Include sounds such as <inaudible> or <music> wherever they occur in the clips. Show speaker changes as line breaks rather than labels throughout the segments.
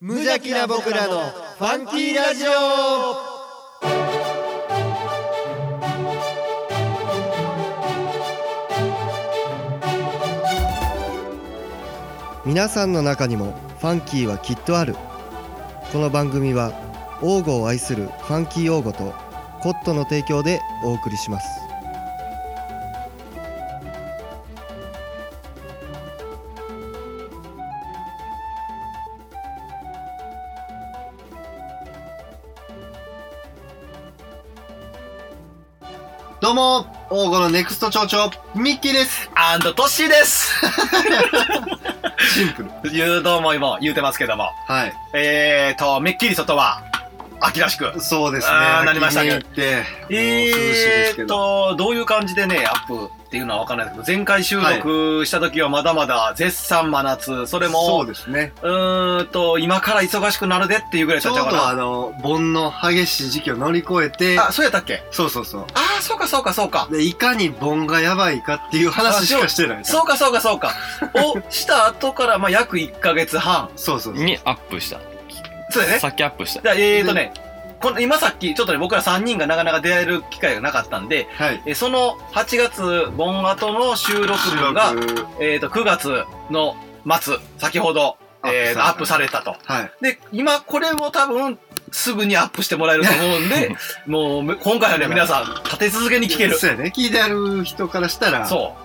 無邪気な僕らのファンキーラジオ
皆さんの中にもファンキーはきっとあるこの番組は王吾を愛するファンキー王吾とコットの提供でお送りします
どうも王吾のネクスト町長ミッキーです
アンドトッシーです。 <laughs>
シンプル
言うどうも今言うてますけども。
はい
えーと、めっきり外は、秋らしく。
そうですね
あーなりましたね
秋に行ってもう涼しいで
え
すけ
ー
ど、
と、どういう感じでね、アップっていうのはわかんないですけど、前回収録した時はまだまだ絶賛真夏、それ
そ
も
う、ですね
うーんと、今から忙しくなるでっていうぐらい
ち
だ
ょ
っ
う
た
どあ
か
の盆の激しい時期を乗り越えて
な。あ、そうやったっけ
そうそうそ
ああ、そうかそうかそうか
う。でいかに盆がやばいかっていう話しかしてない
そうかそうかそ
<laughs>
うか。をした後から、まあ、約1ヶ月半。
そうそうそう
にアップした。
そうだよね。
さっきアップした。
だえーとね、この今さっき、ちょっとね、僕ら3人がなかなか出会える機会がなかったんで、
はい
えーその8月、盆後の収録分が、
収録
えー、と9月の末、先ほど、えーと
ア
ア
ッ
ッ
プ
プ
さ
されたと。
はい
で、今これも多分、すぐにアップしてもらえると思うん <laughs> で、もう、む今回はね、皆さん、立て続けに聞ける。
そうやね。聞いてある人からしたら、
そ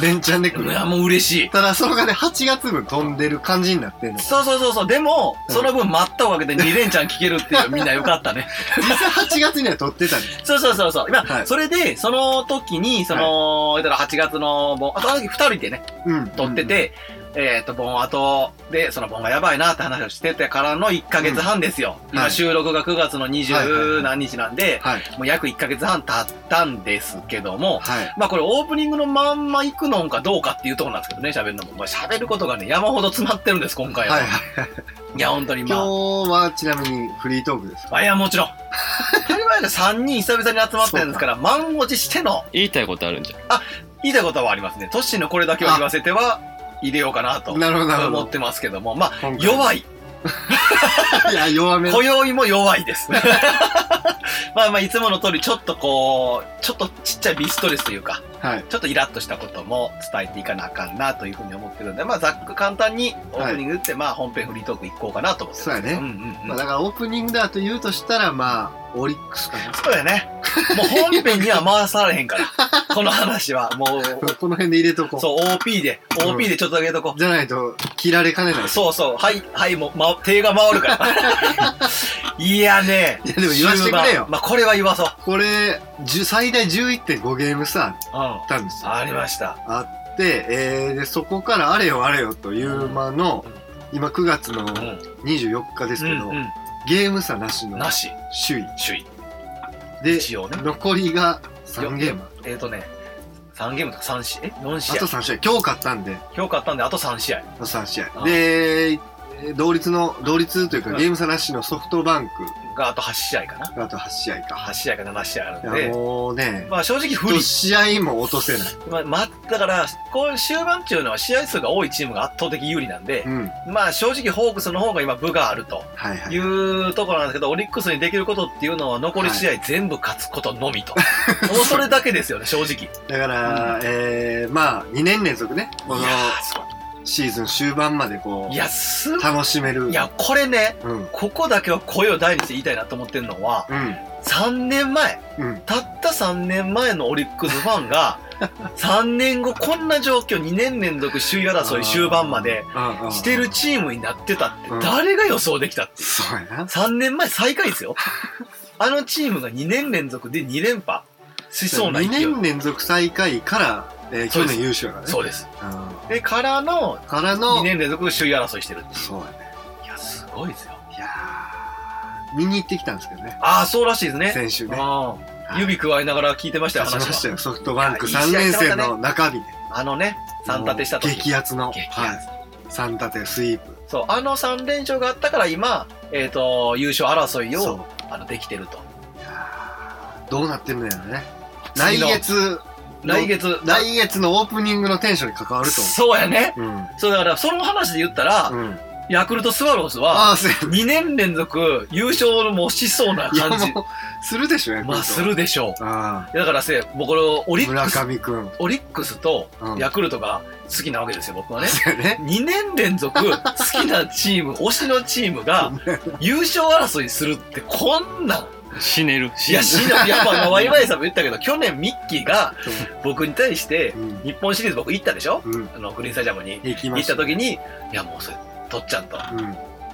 連チャンで来
う。い
る。
や、もう嬉しい。
ただ、そのがね、8月分飛んでる感じになってんの。
そうそうそうそう。でも、
うん
その分待ったおかげで2連チャン聞けるっていう、みんなよかったね。
実際8月には撮ってたんです。
そうそうそうそう。今、
はい
それで、その時に、その、だから8月の盆、あその時2人でね、
うん。
<laughs> 撮ってて、えっ、と、盆後で、その盆がやばいなって話をしててからの1ヶ月半ですよ。
は
今
い
収録が9月の
はいはいは
20
い
何日なんで、
はい。
もう約1ヶ月半経ったんですけども、
はい。
まあこれオープニングのまんま行くのかどうかっていうところなんですけどね、喋るのも。まあ喋ることがね、山ほど詰まってるんです、今回は。
はい
い、
はい。
や、本当に
今日
ま
は、ちなみにフリートークです。
あ。あいや、もちろん。当たり前で3人久々に集まってるんですから、満を持しての
言いたいことあるんじゃん。
言いたいことはありますね。トッシーのこれだけを言わせては入れようかなと
なるほど、なるほ
思っ
ど。
てますけども、まあ、
今回
弱い。
いや、弱めの。
今宵も弱いです。 <laughs> まあまあ、いつもの通り、ちょっとこう、ちょっとちっちゃいビストレスというか、
はい。
ちょっとイラッとしたことも伝えていかなあかんなというふうに思ってるんで、まあ、ざっく簡単にオープニング打って、まあ、本編フリートーク行こうかなと思って
そうや
う。うん
ね。
う
ま
んう
あ、
ん。
だからオープニングだと言うとしたら、まあ、オリックスかな。
そうだね。もう本編には回されへんから、この話は。もう、
この辺で入れとこう。
そう、OP で、OP でちょっとだけとこう。
じゃないと、切られかねない。
そうそう、はい、はい、もう、ま、手が回るから。 <laughs> いやね。
いやでも言わしてくれよ
終盤まあ、これは言わそう。
これ、10最大11.5ゲーム差
うん。
あ
あ
ったんですよ。
りました。
あって、えーでそこからあれよあれよという間の、今9月の
うん。
24日ですけど、
うん
ゲーム差なし
う
の
んなし、
首位
首位。
で、
一応ね。
残りが3ゲーム。
えっ、とね、3ゲームとか3試合、え ?4
あ
試
と
合。
3試合。今日勝ったんで、
今日買ったんで、あと3試合。
あと3試合。
あ
で、えー同率の、同率というか
うん
ゲーム差なしのソフトバンク
があと8試合かな。
があと8試合か。
8試合か7試合あるん
いや
で。
もうね、
まあ正直不利
1。試合も落とせない。
まあ、ま、だから、こう終盤っていうのは試合数が多いチームが圧倒的有利なんで
う、ん。
まあ正直ホークスの方が今部があると。
はいはい。
いうところなんですけど、オリックスにできることっていうのは、残り試合全部勝つことのみと。もうそれだけですよね、正直。
だから、えー、まあ、2年連続ね、この
いやーす
シーズン終盤までこ、
ごい、いうや、す
楽しめる。
いや、これね、
うん。
ここだけは声を大にして言いたいなと思ってるのは、
うん。
3年前、
うん。
たった3年前のオリックスファ
<laughs>
ンが、3年後こんな状況、2年連続首位争い終盤までしてるチームになってたって
うん、
誰が予想できたっていう。
そうやな。
3年前最下位です <laughs> よ。あのチームが2年連続で2連覇しそうな勢い。
2年連続最下位から、えー
そ
去
うです
年優勝やからね。
そうです。
う
で、からの
ん。から
2
の、
年連続首位争いしてる。
そうやね。
いや、すごいですよ。
いやー見に行ってきたんですけどね。
ああ、そうらしいですね。
先週ね。
あ
は
あ
い
指くわえながら聞いてましたよ、
勝ちまし
話
た
は。
よ。ソフトバンク
いやいい
3
試合
年
してまし
生
たね
の中日ね。
あのね、3立てした時。
激アツの。
激アツ
はい。3立てスイープ。
そう、あの3連勝があったから今、えっ、と、優勝争い
そう
を、あの、できてると。
いやーどうなってるのやろね。来月、
来月、
来月のオープニングのテンションに関わると
そうやね。
思う。
そう、だから、その話で言ったら、
うん。うん。
ヤクルトスワローズは、
ああ、そうや
2年連続優勝もしそうな感
い
じ
や。もうするでしょ、ヤクルト
まあ、するでしょ
あ
う。だからせ、僕、このオ
あ。
リック
村
ス、
上くん。
オリックスと
うん
ヤクルトが好きなわけですよ、僕はね。
そうや
<laughs>
ね。
2年連続好きなチーム、推しのチームが優勝争いするってこんなん。
死ねる。
いや、しんどい。やっぱ、まあワイワイさんも言ったけど、去年ミッキーが僕に対して、
うん。
日本シリーズ僕行ったでしょ
うん。
あの、グリーンスタジアムに。
行き
行
ま
っ
した
た。時に、いや、もうそれ、とっちゃんと。
う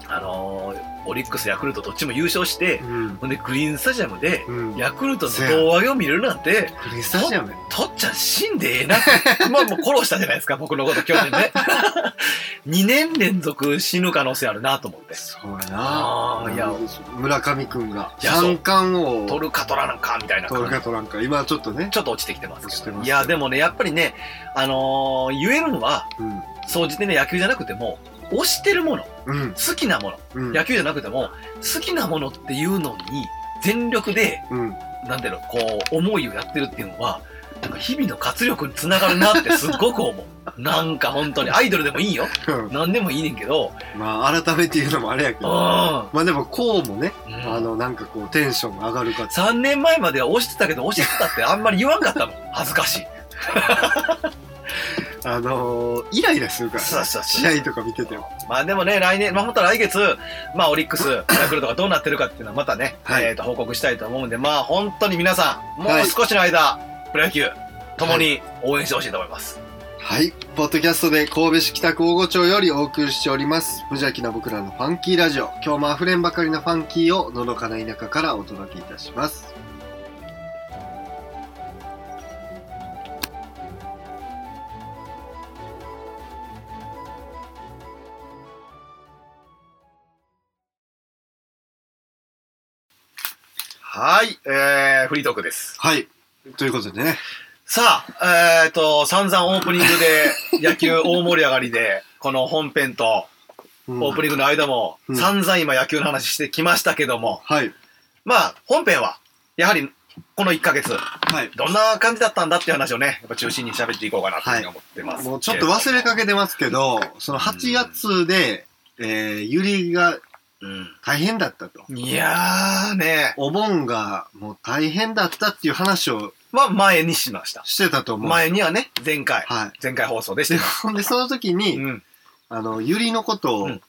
あのーオリックス、ヤクルトどっちも優勝して、
ん。うん。
ほんで、グリーンスタジアムで、
うん。
ヤクルトの胴上げを見れるなんて、
クリスタジアムや
とっちゃん死んでええな
<laughs>
って。まあもう殺したじゃないですか、僕のこと去年ね。2年連続死ぬ可能性あるなと思って。
そうやな。
ああ、いや、
村上くんが
いやそう
三冠王
取るか取らなんかみたいな
取
感
る
じ
か。取らんか。今ちょっとね。
ちょっと落ちてきてます
落ち
け
て
ど。
ます
いや、でもね、やっぱりね、あのー言えるのは、
うん。
総じてね、野球じゃなくても、推してるもの、
うん。
好きなもの、
うん。
野球じゃなくても、好きなものっていうのに、全力で、
うん。 <laughs>
なんていうの、こう、思いをやってるっていうのは、なんか日々の活力につながるなってすっごく思う。
<laughs>
なんか本当に、アイドルでもいいよ。なんでもいいねんけど、
まあ、改めて言うのもあれやけ
うん。
ど。まあでも、こうもね、あ
の、
の、なんかこう、テンション上がるか
3年前までは押してたけど、押してたってあんまり言わんかったもん。恥ずかしい。
あのー、イライラするから
そう
ね。
そうそう
試合とか見てても。
まあでもね、来年、まあ本当は来月、まあオリックス、ヤクルトがどうなってるかっていうのはまたね、
はい
えっ、と、報告したいと思うんで、まあ本当に皆さん、も
は
う
い
少しの間、プロ野球、共に応援してほしいと思います。
はい。ポッドキャストで神戸市北区大御町よりお送りしております。無邪気な僕らのファンキーラジオ。今日も溢れんばかりのファンキーをのどかな田舎からお届けいたします。
はい、えー、フリートークです。
はい。ということでね。
さあ、えっ、と、散々オープニングで野球大盛り上がりで、この本編と
うん
オープニングの間も
うん
散々今野球の話してきましたけども、
はい。
まあ本編はやはりこの1ヶ月、
はい。
どんな感じだったんだっていう話をね、やっぱ中心に喋っていこうかなというふうに思ってます、
もうちょっと忘れかけてますけど、その8月で、えー、ゆりが大変だったと。
うん。いやーね、
お盆がもう大変だったっていう話を
まあ前にしました。
してたと思う。
前にはね、前回、
は
前回放送で
い。
し
で、
た。
ほんで、その時
う
に、
ん。うん
あの、ゆりのこと
う
を
ん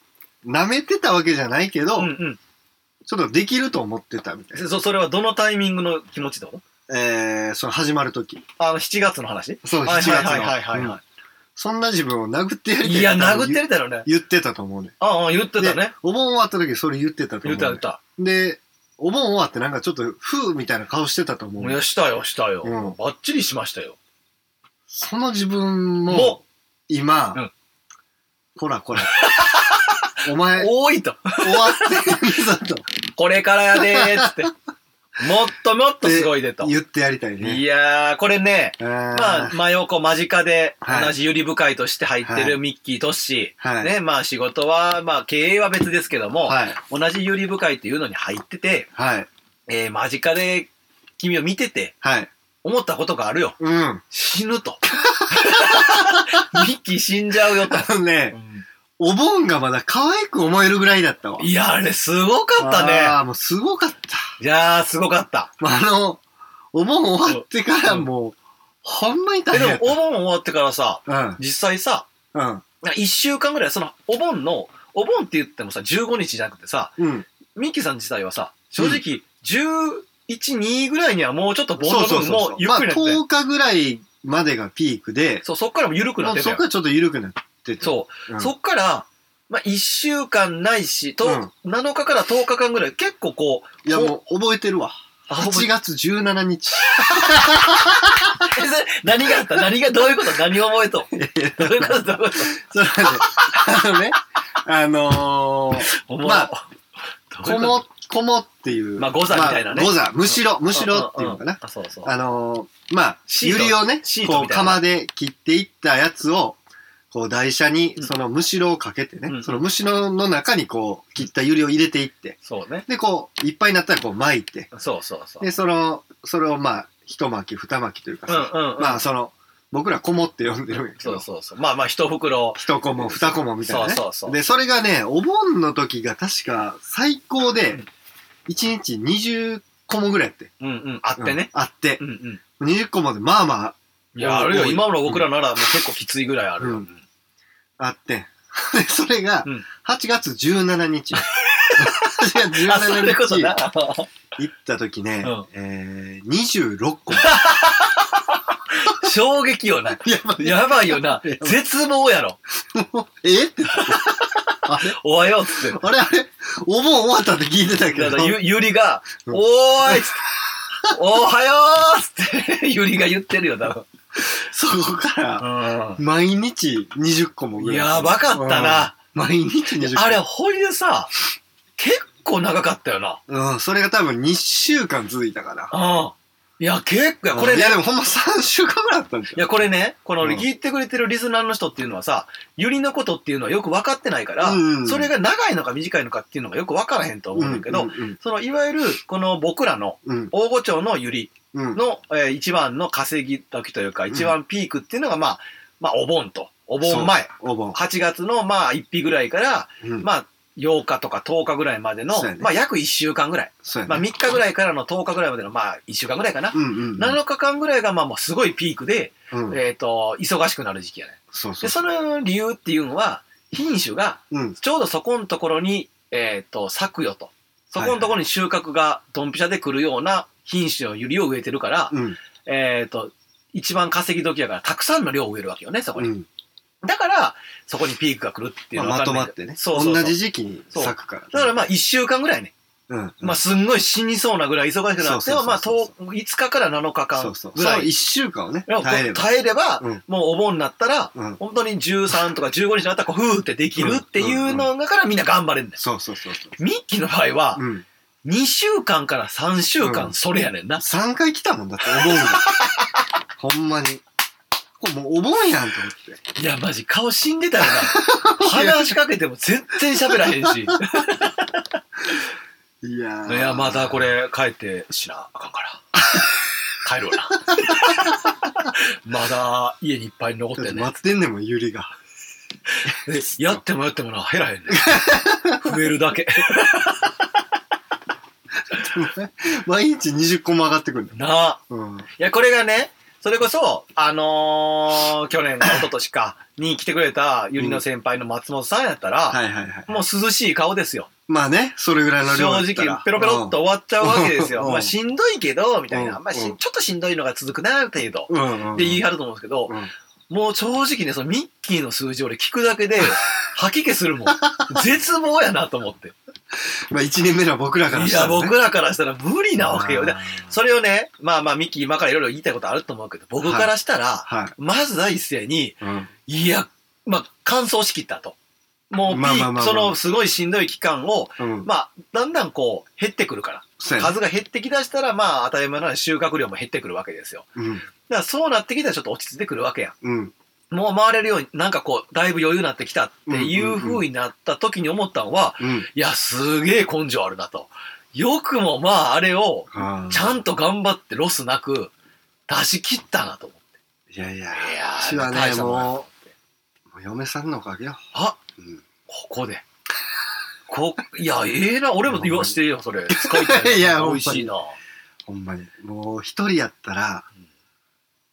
舐めてたわけじゃないけど、
うん。
ちょっとできると思ってたみたいな。
そそれはどのタイミングの気持ちだ
えー、その始まる時。
あの、7月の話
そう、7
はい
月の。
はいはいはいはい
うんそんな自分を殴ってやりた
いや、殴って
言
るだろうね。
言ってたと思うね。
ああ、言ってたね。
お盆終わった時それ言ってたと思
言っ
う、
た言った。
ね。で、お盆終わってなんかちょっと、ふうみたいな顔してたと思う
い
ね、
や、したよ、したよ。
うん
バッチリしましたよ。
その自分も
も
今、
うん
こら
<laughs>
こら。お
う、
前、終
多いと。
わってるぞと
これからやでーっつって。
<laughs>
もっともっとすごいでと。
言ってやりたいね。
いやー、これね、ま
ま
あ、、真横間近で
はい
同じゆり部会として入って
は
るミッキー、トッシー。
はい。
ね、まあ仕事は、まあ経営は別ですけども、
はい。
同じゆり部会というのに入ってて、
はい。
えー、間近で君を見てて、
はい。
思ったことがあるよ。
うん。あ
死
<laughs>
ぬと。ミッキー死んじゃうよと。
のね、お盆がまだ可愛く思えるぐらいだったわ。
いや、あれすごかったね。
あーもうすごかった。
いやー、すごかった。
まあ、あの、お盆終わってから
うん
もう、ほんまに
え
大
<laughs> で
変や
も
っ、
お盆終わってからさ、
た。
実際さ、
うん。うん。
一週間ぐらい、その、お盆の、お盆って言ってもさ、15日じゃなくてさ、
うん。
ミッキーさん自体はさ、正直、11、2ぐらいにはもうちょっとボー
そう
ト
そう
分
そう
も
そう
ゆっ
まあ、
くりなってたやん
10日ぐらいまでがピークで、
そう、そっからも緩くな
も
っ
う
て
そ
た
こか
よ
らちょっと緩くなってて。
そうう、
ん。
そっから、まあ、一週間ないし、と、
うん
7日から10日間ぐらい、結構こう、
いや、もう覚えてるわ。
あ
8月17日。
えそれ <laughs> 何があった何が、どういうこと何を覚えとどういうことどういうこと
それで、あのね、あのー、
おもろ
ま
どうい
こ
うこと
も、こもっていう。
まあ誤差みたいなね
まあ誤差、むしろ、むしろっていうのか
んん
な。
んあ、そうそう。
あのー、まあ、
シー
ゆ
ト
りをね
シー、ト
こ
み
う、
たいな
釜で切っていったやつを、こう、台車に
う、ん
そのむしろをかけてね、
うん
そのむしろの中にこう、切ったゆりを入れていって、
そうね。
で、こう、いっぱいになったらこう巻いて、
そうそうそう。
で、その、それをまあ、一巻き、二巻きというかさ、
うんうんうん
まあ、その、僕らコモって呼んでるんやけ
そ
ど
う、そうそう。まあまあ、一袋。
一コモ、二コモみたいなね。
そうそうそう。
で、それがね、お盆の時が確か最高
う
で
ん、
1日20コモぐらいやって。
うんうん、あってね。
うん。あって
う。んうん。
20個までまあまあ
いや、あるよ。
多い
今の僕らならもう結構きついぐらいあるよ。
う
うんん
あって。 <laughs> でそれが
うん、
8月17日。8月
あ、そういうこと
17日
な。
行った時ね、
うん
えー、26個。 <laughs>
衝撃よな。
やばい
やばいよな。絶望やろ。
えってなって。あれ
おはようっつって。
あれあれお盆終わったって聞いてたけ
だ
ど
か。らゆ、ゆりが、
う
お
ん
ーいっつって、おはようっつって、 <laughs> ゆりが言ってるよ、多分。
そこから、毎日20個も
うん
ぐらい。
やばかったな。
うん。毎日20個。
あれ、ほいでさ、結構長かったよな。
うん、それが多分2週間続いたから。
うん。いや、結構、これ
い
ね
や、でもほんま3週間ぐらいあったんじ
いや、これね、この
うん
聞いてくれてるリスナーの人っていうのはさ、ゆりのことっていうのはよく分かってないから、
うんうん
それが長いのか短いのかっていうのがよく分からへんと
ゃ
思うんだけど、
うん、うん
そのいわゆるこの僕らの
うん、
大御町のゆり
うんうん。
の、えー一番の稼ぎ時というか、
ん
一番ピークっていうのが、まあ、まあ、お盆と、お盆前、
お盆。
8月のまあ、1日ぐらいから、
うん、
まあ、8日とか10日ぐらいまでの、
そうやね
まあ、約1週間ぐらい、
そうやね。
まあ、3日ぐらいからの10日ぐらいまでの、まあ、1週間ぐらいかな。
うんうん。
7日間ぐらいが、まあ、もうすごいピークで、
うん、
えっ、と、忙しくなる時期やね。
そうそ
で、
う。
その理由っていうのは、品種が、
うん。
ちょうどそこのところに、えっ、と、咲くよと。そこのところに収穫がドンピシャで来るような品種のユリを植えてるから、
うん。
えっ、と、一番稼ぎ時やから、たくさんの量を植えるわけよね、そこ
う
に。
ん。
だから、そこにピークが来るっていう
まあ
のは
ま
分か
と
んな
ま
い
っ
けど
てね。
そうそうそう
同じ時期に咲くから、
だからまあ、1週間ぐらいね。
うん、うん。
まあ、すんごい死にそうなぐらい忙しくなって
そうそうそうそ
も、
う
まあ、と5日から7日間
そうそう。
ぐら
その
い。
1週間をね、
いや
耐えれば。
耐えれば、
うん
もうお盆になったら、
うん。
本当に13とか15日になったらこう、ふーってできるっていうのだからみんな頑張れるんだよ。
そうそうそうそう。
ミッキーの場合は、
うん。
2週間から3週
うん
間それやねんな。
3回来たもんだって、お盆が。 <laughs> ほんまに。これもうお盆やんと思って。
いや、マジ顔死んでたよ <laughs> な。話しかけても全然喋らへんし。 <laughs> い
いやー
や、またこ。れ帰ってしなあかんから。帰ろうな。 <laughs> まだ家にいっぱい残っ
だってて
んね。
待ってんねんもん、ゆりが。
えやってもやってもな、減らへんねん。 <laughs> 増えるだけ。
毎日20個も上がってくるんだ。
なあ。
うん。
いや、これがね、それこそ、あのー去年か一昨年
<laughs>
かに来てくれたゆりの先輩の松本さんやったら、
はいはいはい。
もう涼しい顔ですよ。
まあね、それぐらいの量
正
だった
直
ら。、
ペロペロっと終わっちゃうわけですよ。
うん
まあ、しんどいけど、みたいな。
うん
まあし
うん
ちょっとしんどいのが続くな、程度。
うん。うんうん。
って言い張ると思うんですけど、
うん
もう正直ね、そのミッキーの数字俺聞くだ
<laughs>
けで、吐き気するもん。絶望やなと思って。
まあ1年目の僕らから
い
した
や、
ら、ね。
僕らからしたら無理なわけよ。で
あー
それをね、まあまあミッキー今からいろいろ言いたいことあると思うけど、僕からしたら、
はい。
まず第一声に、
うん。
いや、まあ、乾燥しきったと。もうピ
まあまあまあま
ーク、
あ
そのすごいしんどい期間を、
うん。
まあ、だんだんこう、減ってくるから。
そうやね
数が減ってきだしたら、まあ、当たり前なのに収穫量も減ってくるわけですよ。
うん。
だからそうなってきたらちょっと落ち着いてくるわけや
うん。
ん。もう回れるように、なんかこう、だいぶ余裕になってきたっていう風になった時に思ったのは、
うん。
いや、すげえ根性あるなと。よくもまあ、あれを、
あー
ちゃんと頑張ってロスなく出し切ったなと思っ
い
て。
やいや。
いや
私は
ー、
ね、
んやな
もう、もう嫁さんのおかげよ。
あ、
うん。
ここで。こ、いや、ええな、俺も言わしてよ、それ。使いたいな。
いや
美味しいな。
ほんまに。もう一人やったら、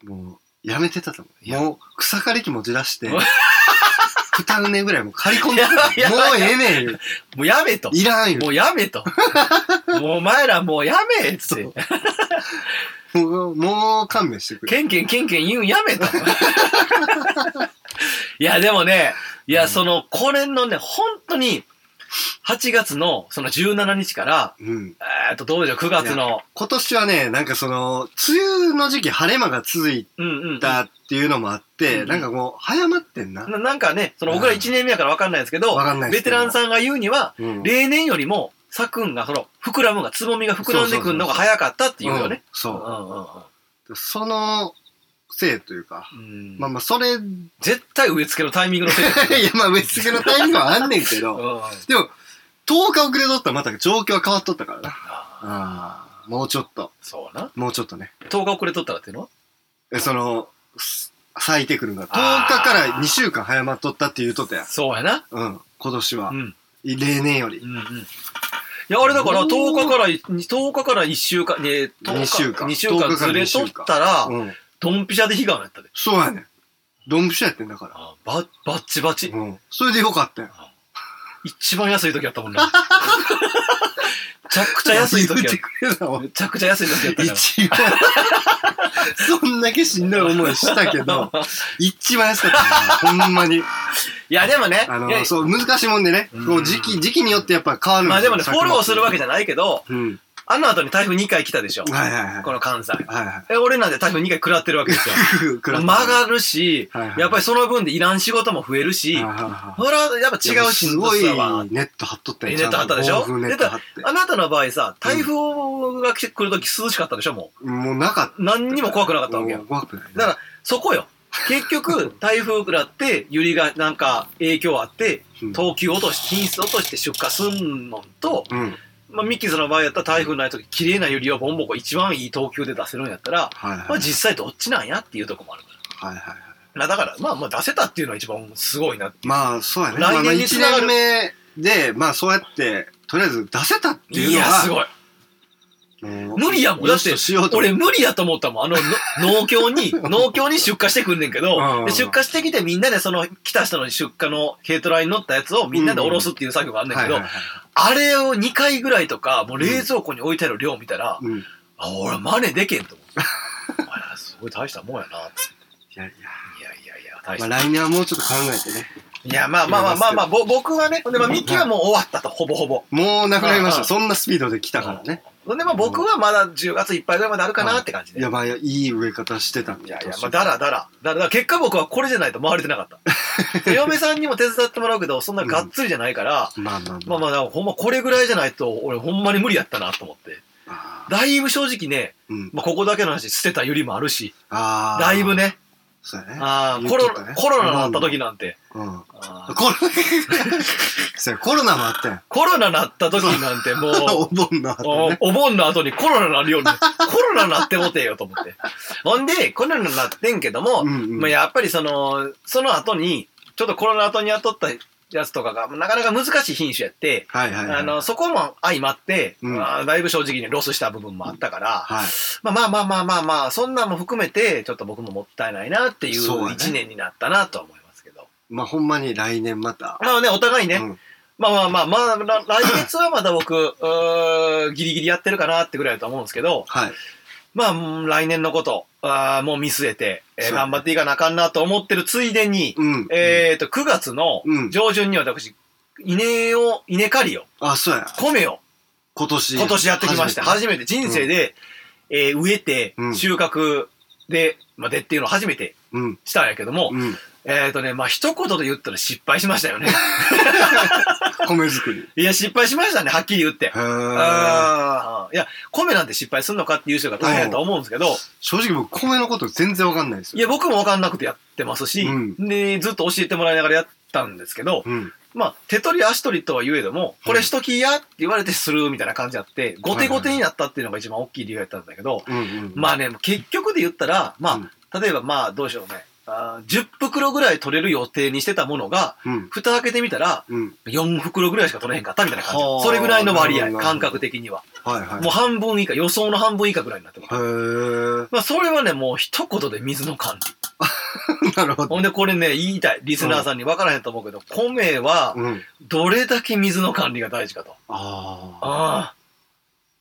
もう、やめてたと思う。
いや
もう、草刈り機持ち出して、 <laughs> 二年ぐらいもう刈り込んで、
いやいや
もうええねんよ。
もうやめと。
いらんよ
も。うやめ
<laughs>
と。もうお前らもうやめっつっ
そう
て。
もう、もう勘弁してくれ。
ケンケンケンケン言うんや
<laughs>
めと。いや、でもね、いうや、
ん
その、これのね、本当に、8月の、その17日から、
うん。
えーっと、どうでしょう、9月の、
今年はね、なんかその、梅雨の時期晴れ間が続い
うんうん。
たっていうのもあって、
うん
なんかもう、早まってんな。
ななんかね、その僕ら1年目やから分かんないですけど
わ、かんない
ベテラン
ん、
さんが言うには、
うん、
例年よりも、さくんが、その、膨らむが、つぼみが膨らんでくるのが早かったっていうよね。
うんそうう。
んうん
そのせいというか、
うん。
まあまあ、それ、い
絶対植え付けのタイミングのせいだけ
やまあ、植え付けのタイミングはあんねんけ
ど。
ど、
うんうん
でも、10日遅れとったらまた状況は変わっとったからな。
あ
ああ、もうちょっと、
<laughs> そうな。
もうちょっとね。
10日遅れとったらっていうの
えその、す咲いてくるんが、10
あー
日から2週間早まっとったって言うとったやん。
そうやな。
うん、今年は
う。ん。
例年よ
う
り。
んうん。いや、あれだから、10日から、10日から1週間、ね、10
二週間
2週間ずれとったら、
うん。
ドンピシャで悲願やったで。
そうやねん。ドンピシャやってんだから。
あバッ、バッチバチ。
うん。それでよかったよ。
一番安い時やったもん <laughs> な。めちゃくちゃ安い時
言
や
ってくれるな、おい
めちゃくちゃ安い時やったから。
一番、そんだけしんどい思いしたけ
<laughs>
ど、一番安かったよほんまに。
いや、でもね、
あ
いや
の、そう、難しいもんでね、
うん
こう時期、時期によってやっぱ変わるん
まあでもね、フ
桜
ォローするわけ
じ
じゃないけど、
ゃうん。
あの後に台風2回来たでしょ。
はいはいはい。
この関西。
はいはい。
え、俺なんて台風2回食らってるわけですよ。
食らって
<laughs> 曲がるし、
はいはい
やっぱりその分でいらん仕事も増えるし、
はいはいはい
それはやっぱ違うし
すごい
わ。
ネット張っとったよ
ネット張ったでし
ちゃん
ょ
と防風ネット張って。
あなたの場合さ、台風が来てくるとき涼しかったでしょ、も
もうなかっ
う。何
た。
にも怖くなかったわけよ
もう。怖くないね。
だから、そこよ。
<laughs>
結局、台風食らって、ユリがなんか影響あって、
うん
等級落とし、品質落として出荷すんのと、
うん。
まあ、ミキズの場合やったら台風ない時、綺麗なユリをボンボコ一番いい等級で出せるんやったら、
はいはい。
まあ実際どっちなんやっていうとこもあるから。
はいはいはい。
まあだから、まあまあ出せたっていうのは一番すごいな。
まあ、そうやね。まあ
来年に
1
つながる
年目で、まあそうやって、とりあえず出せたって
い
いうの
や、す
は、
ごい。
もう
無理やもん。だ
よ
って
しとしよう、と
俺無理やと思ったもん。あの、の
<laughs>
農協に、農協に出荷してくんねんけ
う
ど、
ん
で出荷してきてみんなでその、来た人の出荷の軽トラに乗ったやつをみんなで下ろすっていう作業があんねん
は
け
いは
ど
い、はい
あれを2回ぐらいとか、もう冷蔵庫に置いてある量見たら、
うん。い
あ、俺真似でけんと思って。 <laughs> あすごい大したもんやな、つっ
やい
ていやいやいや、大し
や。
た。
まあ来年はもうちょっと考えてね。
いや、まあまあまあまあまあ、ぼ僕はね、でまあ、ミキはもう終わったと、ほぼほぼ。
もうなくなりまし
ああ
た。そんなスピードで来たからね。
ほんで、まあ僕はまだ10月いっぱいぐらいまであるかなって感じで。
い
い
や、まあ、いい植え方してたん
やいや、まあ、だらだら。だらだら、結果僕はこれじゃないと回れてなか
<laughs>
った。嫁さんにも手伝ってもらうけど、そんながっつりじゃないから、
まあまあ
まあまあ、ほんまこれぐらいじゃないと、俺ほんまに無理やったなと思って。
あ
だいぶ正直ね、
ーうん
まあここだけの話、捨てたよりもあるし、
あー
だいぶ。ね、
そうやね。
あー
言っ
コロ
とったね
コロナのあった時なんて、
うん。
あー
コロ、 <laughs> そうやコロナもあったや
コロナなった時なんても
ん。
う
お、盆のあったね。
おお盆の後にコロナなるよ
<laughs>
うに、コロナなってもてよと思って。ほんで、コロナなってんけども、
うんうん
まあやっぱりその、その後に、ちょっとコロナ後に雇ったやつとかが、なかなか難しい品種やって、
はいはいはい。
あの、そこも相まって、
うん
まあだいぶ正直にロスした部分もあったから、
はい。
まあまあまあまあまあまあ、そんなんも含めて、ちょっと僕ももったいないなってい
そうや
う
ね
一年になったなとは思いますけど。
まあ、ほんまに来年また。
まあね、お互いね、
うん
まあまあまあ、まあ、ら来月はまだ僕、うーギリギリやってるかなってぐらいだと思うんですけど、
はい。
まあ、うん来年のこと、あーもう見据えて、えー
そう
頑張っていかなあかんなと思ってるついでに、
うん。
えっと、9月の
うん
上旬に私、稲を、稲刈りを、
あ、そうや。
米を
今年。
今年やってきまして、
初め
初めて人生で、えー植えて
う、ん
収穫で、まあ、でっていうのを初めて
うん。
したんやけども、
うん。
えっとね、まあ、一言で言ったら失敗しまし
<laughs>
たよね。
米作り。へ
いや、失敗しましたね、はっきり言って。
ー
<laughs> あーいや、米なんて失敗するのかっていう人が大変だと思うんですけど、
正直僕、米のこと全然わかんないです
い
よ。
や、僕も分かんなくてやってますし、
うん
で、ずっと教えてもらいながらやったんですけど、
うん。
まあ、手取り足取りとは言えども、これしときやって言われてするみたいな感じあって、後手後手になったっていうのが一番大きい理由やったんだけど、
うんうん。
まあね、結局で言ったら、まあ、例えばまあ、どうしようね、あー10袋ぐらい取れる予定にしてたものが、
うん。
蓋開けてみたら、
うん。
4袋ぐらいしか取れへんかったみたいな感じ
は。あ
それぐらいの割
な
合
る、ほど
感覚的には。
はいはい。
もう半分以下、予想の半分以下ぐらいになってます。
へえ。
まあ、それはね、もう一言で水の管理。
<laughs> なるほど。
<laughs> ほんで、これね、言いたい。リスナーさんに分からへんと思うけど、米は、
うん。
どれだけ水の管理が大事かと。
ああ。
あ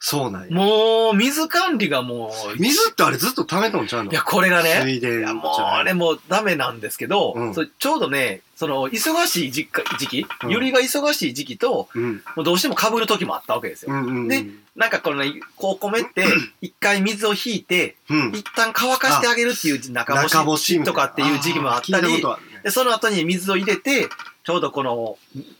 そうなん
あ。
や。
もう、水管理がもう、
水ってあれずっと溜めとんちゃうの
いや、これがね、
水田
い
じゃ
や、
ない
もう、あれもうダメなんですけど、
うん
そうちょうどね、その、忙しい時期、時期
うん
ゆりが忙しい時期と、
うん。
もうどうしても被る時もあったわけですよ。
うんうんうん。
でなんかこの、こう米って、一回水を引いて、
うん。
一旦乾かしてあげるっていう中干し
中干し
とかっていう時期もあった
聞いた
り、
ことあるね
で、その後に水を入れて、ちょうどこの、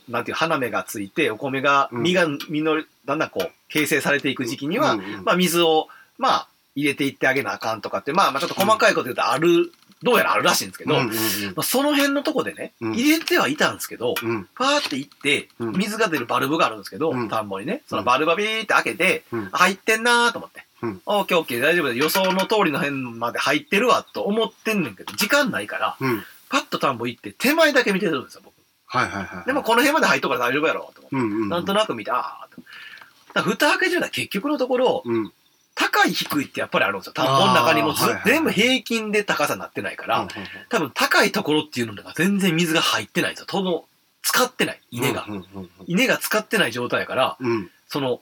なんていう、花芽がついて、お米が、
うん
実が、実り、だんだんこう、形成されていく時期には、
うんうん
まあ、水を、まあ、入れていってあげなあかんとかって、まあ、まあ、ちょっと細かいこと言うとある、どうやらあるらしいんですけど、
うん
ま
うんうん
あ、その辺のとこでね、
うん
入れてはいたんですけど、
うん
パーって行って、
うん
水が出るバルブがあるんですけど、
うん
田んぼにね、そのバルブがビーって開けて、
うん
入ってんなーと思って。
うん
オッケーオッケー大丈夫だ。予想の通りの辺まで入ってるわと思ってんねんけど、時間ないから、
うん。
パッと田んぼ行って手前だけ見てるんですよ、僕。
はいはいはい。
でも、この辺まで入っとくから大丈夫やろ、と思って。
うんうんうん。
なんとなく見て、あーと。だから蓋開けじゃない結局のところ、
うん。うん
高い低いってやっぱりあるんですよ。田んぼの中にもず
あーはいはい
全部平均で高さになってないから、
う
多分高いところっていうのが全然水が入ってないんですよ。とも、使ってない、
ん
稲が。
うんうん
稲が使ってない状態やから、
うん。
その、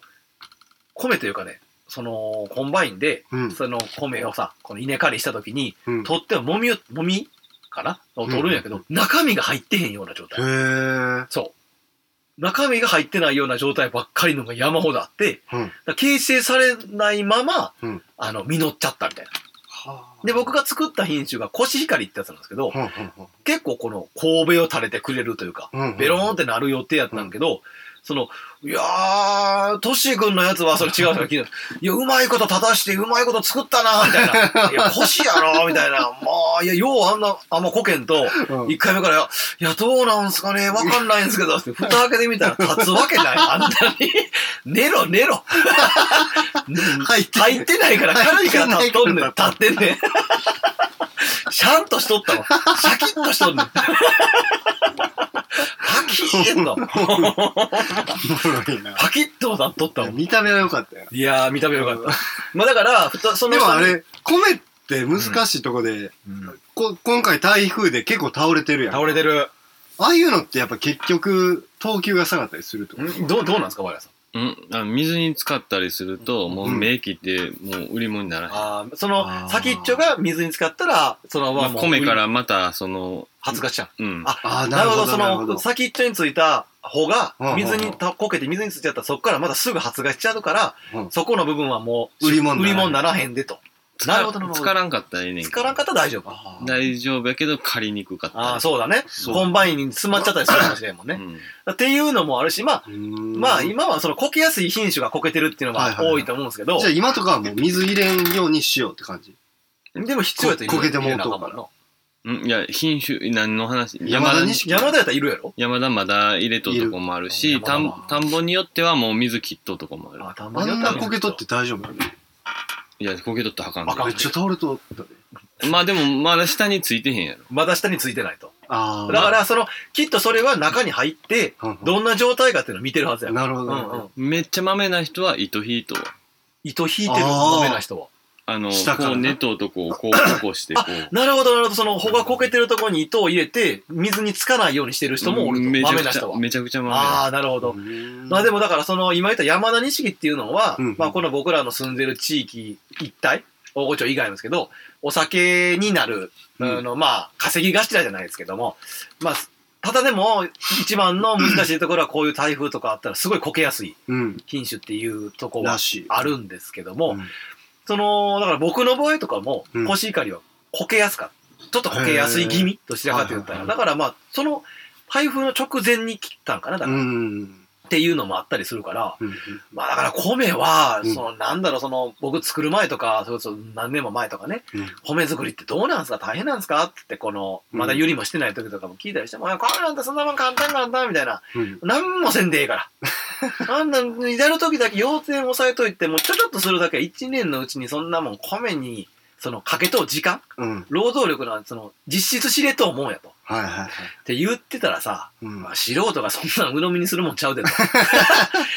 米というかね、その、コンバインで、
うん。
その米をさ、この稲刈りした時に、
うん。
取ってはもみを、もみかなを取るんやけど、中身が入ってへんような状態。
へえ。
そう。中身が入ってないような状態ばっかりのが山ほどあって、
うん
だから形成されないまま、
うん
あの、実っちゃったみたいな。で、僕が作った品種がコシヒカリってやつなんですけど、
うんうん
結構この、神戸を垂れてくれるというか、
うん、うんうん
ベローンってなる予定やったんけど、その、いやー、トシ君のやつはそれ違うとか聞いて、いや、うまいこと立たして、うまいこと作ったな、みたいな。いや、腰やろ、みたいな。まあ、いや、ようあんな、あんまこけんと、
うん
一回目から、いや、どうなんすかね、わかんないんですけど、って、蓋開けてみたら立つわけない。あんなに。寝ろ、寝ろ。
入って
入ってないから、軽いから立っとんねん。立ってんねん。シャンとしとったわ。シャキッとしとんねん。パキッと。
おもろいな。
パキッとなっとったわ。
見た目は良かったよ。
いやー、見た目よかった。まあだから、ふたその、
でもあれ、米って難しいとこで、
うん、
こ今回台風で結構倒れてるやん。
倒れてる。
ああいうのってやっぱ結局、等級が下がったりするってこと
んどう、どうなんですか、我らさん。
うん、あの水に浸かったりすると、もう
うん
名器ってもう売り物にならない。
あーそ
あ
の、
ー
先っちょが水に浸かったら、その
ま
まま
あ、
もう、
米からまた、その、
発芽しちゃう。
うん
あ。
ああ、
な
なる
るほ
ほ
ど、
ど、
そ
なるほ
の、
ど。
先っちょについた穂が
うんうんう、ん
水にたこけて水についちゃったら、そこからまだすぐ発芽しちゃうから
う、ん
そこの部分はもう、
売り物にならへん
売り物にならへんでと。
つ
な
か
るほどなるほど
つからんかったらええねん
つ
けど
からんかったら大丈夫。あ
あー
大丈夫やけど、借りにくかったり。
あー、そうだね。
そう
コンバインに詰まっちゃったりするかもしれんもん
う
ね。
ん。
っていうのもあるし、まあ、
うーん
まあ今はそのこけやすい品種がこけてるっていうの
はい
が
はいはい
多いと思うんですけど
じゃ、あ今とかはもう水入れんようにしようって感じ。
でも必要やと
ここけてもうと
うと。
うんいや、品種、何の話
山田錦
山田やったらいるやろ
山田まだ入れとるとこもある
い
し、
る
田ん田んぼによってはもう水切っとるとこもある。
あ、た。
あんなこけとってて大丈夫なの
いや、こけとったらあかん
あか
め
で
っちゃ倒れとったね。
まあでも、まだ下についてへんやろ。
まだ下についてないと。
ああ。
だからその、きっとそれは中に入って、
うんうん、
どんな状態かっていうのを見てるはずや。
なるほど
う
なるほ
んう
ど。
ん。
めっちゃ豆な人は糸引いと、
糸引いてる
あー
ダメな人は。
あの、
下から
こう
な
根ととこをこう起こして、こう。
なるほど、なるほど。その、穂がこけてるところに糸を入れて、水につかないようにしてる人もおると。
めちゃ
豆
く
な
ちゃ
人は。
めちゃくちゃ豆
あ
な
あ、なるほど。
ま
まあでもだからその今言った山田錦っていうのは、
うん
まあこの僕らの住んでる地域一帯、大御町以外なんですけど、お酒になる、
うん
あのまあ稼ぎ頭じゃないですけども、まあ、ただでも一番の難しいところはこういう台風とかあったらすごいこけやすい
うん。
品種っていうところ
ら
は
しい。
あるんですけども、
うん
その、だから僕の場合とかも
うん、
コシヒカリはこけやすかった。ちょっとこけやすい気味としらかって言った
は
ら、
いは
だ
い
からまあその台風の直前に切ったんかな、だ
う
から
ん。
っていうのもあったりするから、
うん
まあだから米は、
うん
そのなんだろう、その僕作る前とか、それこそ何年も前とかね、
うん
米作りってどうなんすか大変なんすかって言って、この、まだゆりもしてない時とかも聞いたりして、まあこれなんてそんなもん簡単簡単みたいな。
うん。
なんもせんでええ
<laughs>
から。あんなん、やる時だけ要点押さえといて、もうちょちょっとするだけ一年のうちにそんなもん米に、そのかけとう時間
うん。
労働力なんてその実質知れと思うんやと。
はいはいはい。
って言ってたらさ、
うん
まあ、素人がそんなの鵜呑みにするもんちゃう
<laughs>
でと。だか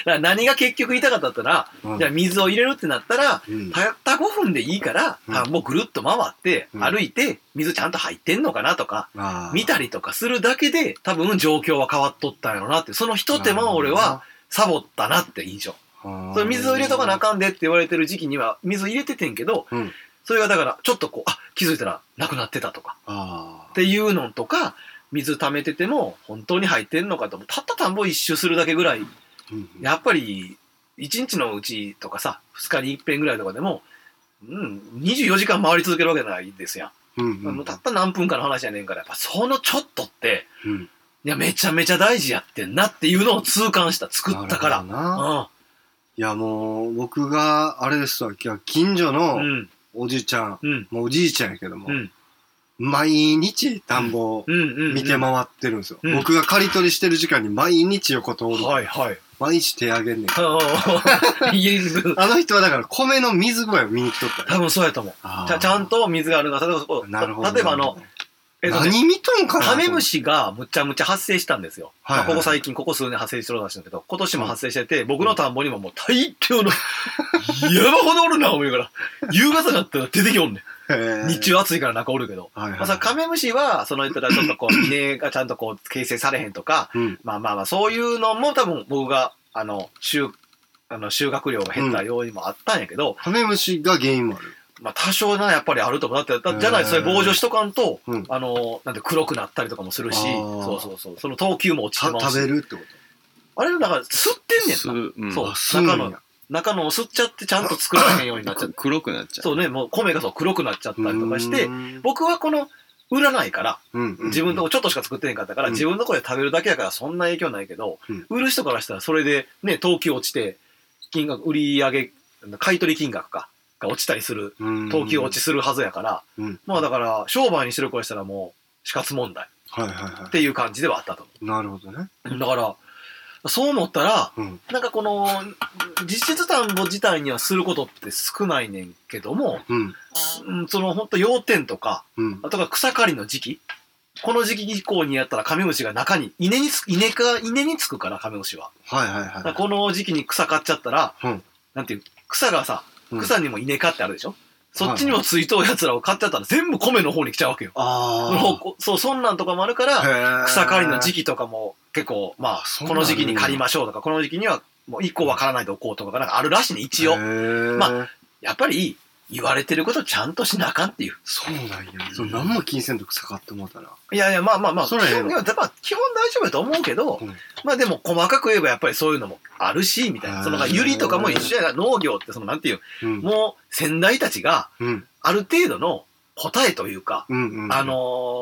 ら何が結局言いたかったったら、
うん
じゃあ水を入れるってなったら、
うん
たった5分でいいから、
うん
田んぼぐるっと回って、
うん
歩いて、水ちゃんと入ってんのかなとか、
あー
見たりとかするだけで、多分状況は変わっとったんやろなって、その一手間を俺は、サボったなって印象。
あー
それ水を入れとかなあかんでって言われてる時期には、水入れててんけど、
うん
それがだから、ちょっとこう、あ、気づいたらなくなってたとか。
あ
っ
ー
ていうのとか、水溜めてても本当に入ってんのかと思う。たった田んぼ一周するだけぐらい、
うん
やっぱり一日のうちとかさ、二日に一遍ぐらいとかでも、うん、24時間回り続けるわけないですや
うん
ん。
うん
もうたった何分かの話やねんから、やっぱそのちょっとって、
うん
いや、めちゃめちゃ大事やってんなっていうのを痛感した、作ったか
な
ら。
るほどな
うん
いやもう僕があれですわ今日近所
う
の
ん、
おじいちゃん、
うん、
もうおじいちゃんやけども、
うん、
毎日田んぼを
うん、うん。
見て
ま
回ってるんですよ、
うん
僕が刈り取りしてる時間に毎日横通る、
はい、はい。 <laughs>
毎日手あげんねん。
うん家に来る
あの人はだから米の水具合を見に来とった
多分そうやと思う。ちゃちゃん
と。
と水があるから、例えばそこ
なるほど。
例えばあの、、えっとね
何見とんかな
カメムシがむちゃむちゃ発生したんですよ。
はいはい
まあここ最近、ここ数年発生してるらしいんだけど、今年も発生してて、僕の田んぼにももう大量の、 <laughs> 山ほどおるな、思いながら。夕方になったら出てきおんねん。日中暑いから中おるけど。
はいはい。
まあ、さカメムシは、その言ったらちょっとこう、根がちゃんとこう、形成されへんとか、
うん。
まあまあまあ、そういうのも多分僕が、あの、収、あの、収穫量が減った要因もあったんやけど、
カメムシが原因もある。
まあ多少な、やっぱりあると思う。だって、だじゃない、それ防除しとかんと、
うん
あの、なんて黒くなったりとかもするし、
あー
そうそうそう、その等級も落ちて
た
ます
食べるってこ
あれ、だから、吸ってんねんな。
すうん
そう
と。あそうなんや
中の中のを吸っちゃって、ちゃんと作らへんようになっちゃっ
く
て。
黒くなっちゃう
そうね、もう米がそう黒くなっちゃったりとかして、
うん
僕はこの、売らないから、
うんうん
自分のとこちょっとしか作ってへんかったから、
うん
自分のとこで食べるだけやからそんな影響ないけど、
うん
売る人からしたらそれでね、等級落ちて、金額、売り上げ、買い取り金額か、が落ちたりする、等級落ち
ち。
するはずやから、
うん
まあだから、商売にしてる子にしたらもう、死活問題
はいはいは
っていう感じではあったと
い。なるほどね。
思う。だから、そう思ったら、
うん。
なんかこの、実質田んぼ自体にはすることって少ないねんけども、
うん。
うん、その本当要点とか、
うん。
あとが草刈りの時期。この時期以降にやったらカメムシが中に、稲につく、稲か、稲につくから、カメムシは。
はいはい
だから
は
この時期に草刈っちゃったら、
うん
なんていう、草がさ、
い。うん
草にも稲かってあるでしょ、そっちにもついとう奴らを買っちゃったら全部米の方に来ちゃうわけよ。もう
あ
こそう、そんなんとかもあるから、
あ。
草刈りの時
期。
期とかも結構、まあ、
そうな
こ
んや
の時期に刈りましょうとか、この時期にはもう一個わからないでおこうとかがなんかあるらしいね、一応。
応
まやっぱり、言われてることちゃんとしなあかんっていう。
そうなんや。そう何も金銭と草買ってもうたら。
いやいや、まあまあまあ、基
それはええ
本
の
でもやっぱ基本大丈夫だと思うけど、
うん
まあでも細かく言えばやっぱりそういうのもあるし、みたいな。その
へえ
ゆりとかも一緒やな、農業ってそのなんていう、
うん。
もう先代たちが
うん。
ある程度の答えというか、
うんうん。
あのー、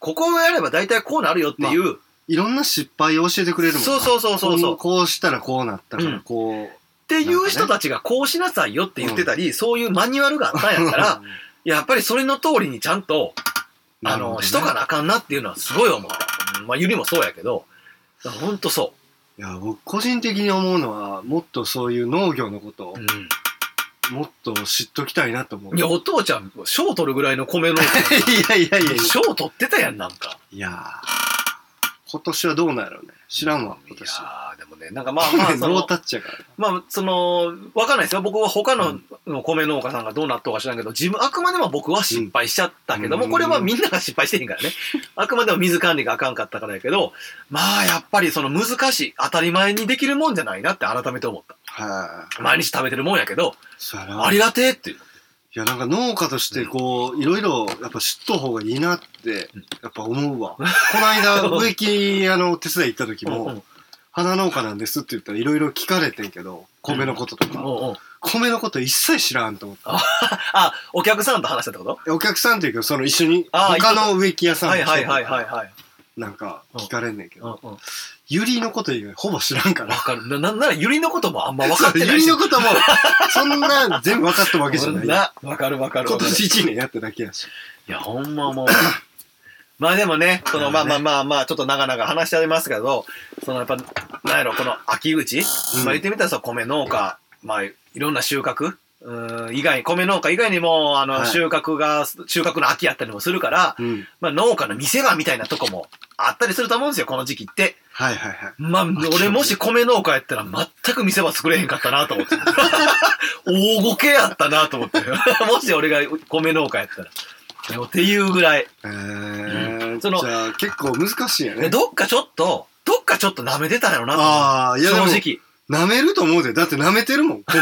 ここをやれば大体こうなるよっていう、
いろんな失敗を教えてくれるもんな
そうそうそうそうそう
ここうしたらこうなったか
う
ら
ん
こう、っ
っていう人たちがこうしなさいよって言ってたり、そういうマニュアルがあったんやったら、やっぱりそれの通りにちゃんと、あの、しとかなあかんなっていうのはすごい思う。うんまあ、ゆりもそうやけど、ほんとそ
いや僕個人的に思うのはもっとそういう農業のことを
う。うん
もっと知っときたいなと思う
い
い
や、お父ちゃん、賞取るぐらいの米の、
や <laughs> いやいやいや
賞取ってたやん、なんか。
いやー今年はどうなんやろうね知らんわ今
いや
年
ーでもね、なんかまあまあ、そ
ノー
の
タ、ッチやから
まあ、その、わかんないですよ。僕は他
う
のの米農家さんがどうなったか知らんけど、自分、あくまでも僕は失敗しちゃったけども、
うん
これはみんなが失敗してへんからね。あくまでも水管理があかんかったからやけど、まあ、やっぱりその難しい、当たり前にできるもんじゃないなって改めて思っ
はい
た。毎日食べてるもんやけど、
そうやな
ありがてえっていう。
いやなんか農家としてこういろいろやっぱ知っと方がいいなってやっぱ思うわ、この
<laughs>
間植木あの手伝い行った時も、
うん
花農家なんですって言ったらいろいろ聞かれてんけど、米のこととか、
うんうん
米のこと一切知らんと思って。
あ、お客さんと話したってこと
お客さんというか、その一緒に、
あー
他の植木屋さん
はい
の人
はい
と
はいはい
か
はい。
なんか聞かれんねんけ
うん
ど、
うん
ゆりのこと以外ほぼ知らんか
わ
ら。
かる。な、なんなら、ゆりのこともあんま分かってな
ゆ
い
り
し。
のことも、 <laughs> そんな全部分かったわけじゃない。今
<laughs> なわかるわかるわかる。
年一年やっただけやし。
いや、ほんまもう。 <coughs> まあでもね、その、まあまあまあまあ、ちょっと長々話してありますけど、そのやっぱ、なんやろ、この秋口、
うん
まあ言ってみたらさ、米農家、まあ、いろんな収穫、うん、以外、米農家以外にも、あ
は
の、
い
収穫が、収穫の秋やったりもするから、
うん。
まあ農家の見せ場みたいなとこもあったりすると思うんですよ、この時期って。
はいはいはい。
まあ、俺もし米農家やったら全く見せ場作れへんかったなと思って。大ごけやったなと思って。 <laughs> もし俺が米農家やったら。っていうぐらい。
えー、
その
じゃあ結構難しいんやね。
どっかちょっと、どっかちょっと舐めてたんやろなと思
ああ、
う
いやでも、
正
舐めると思うで。だって舐めてるもん、米。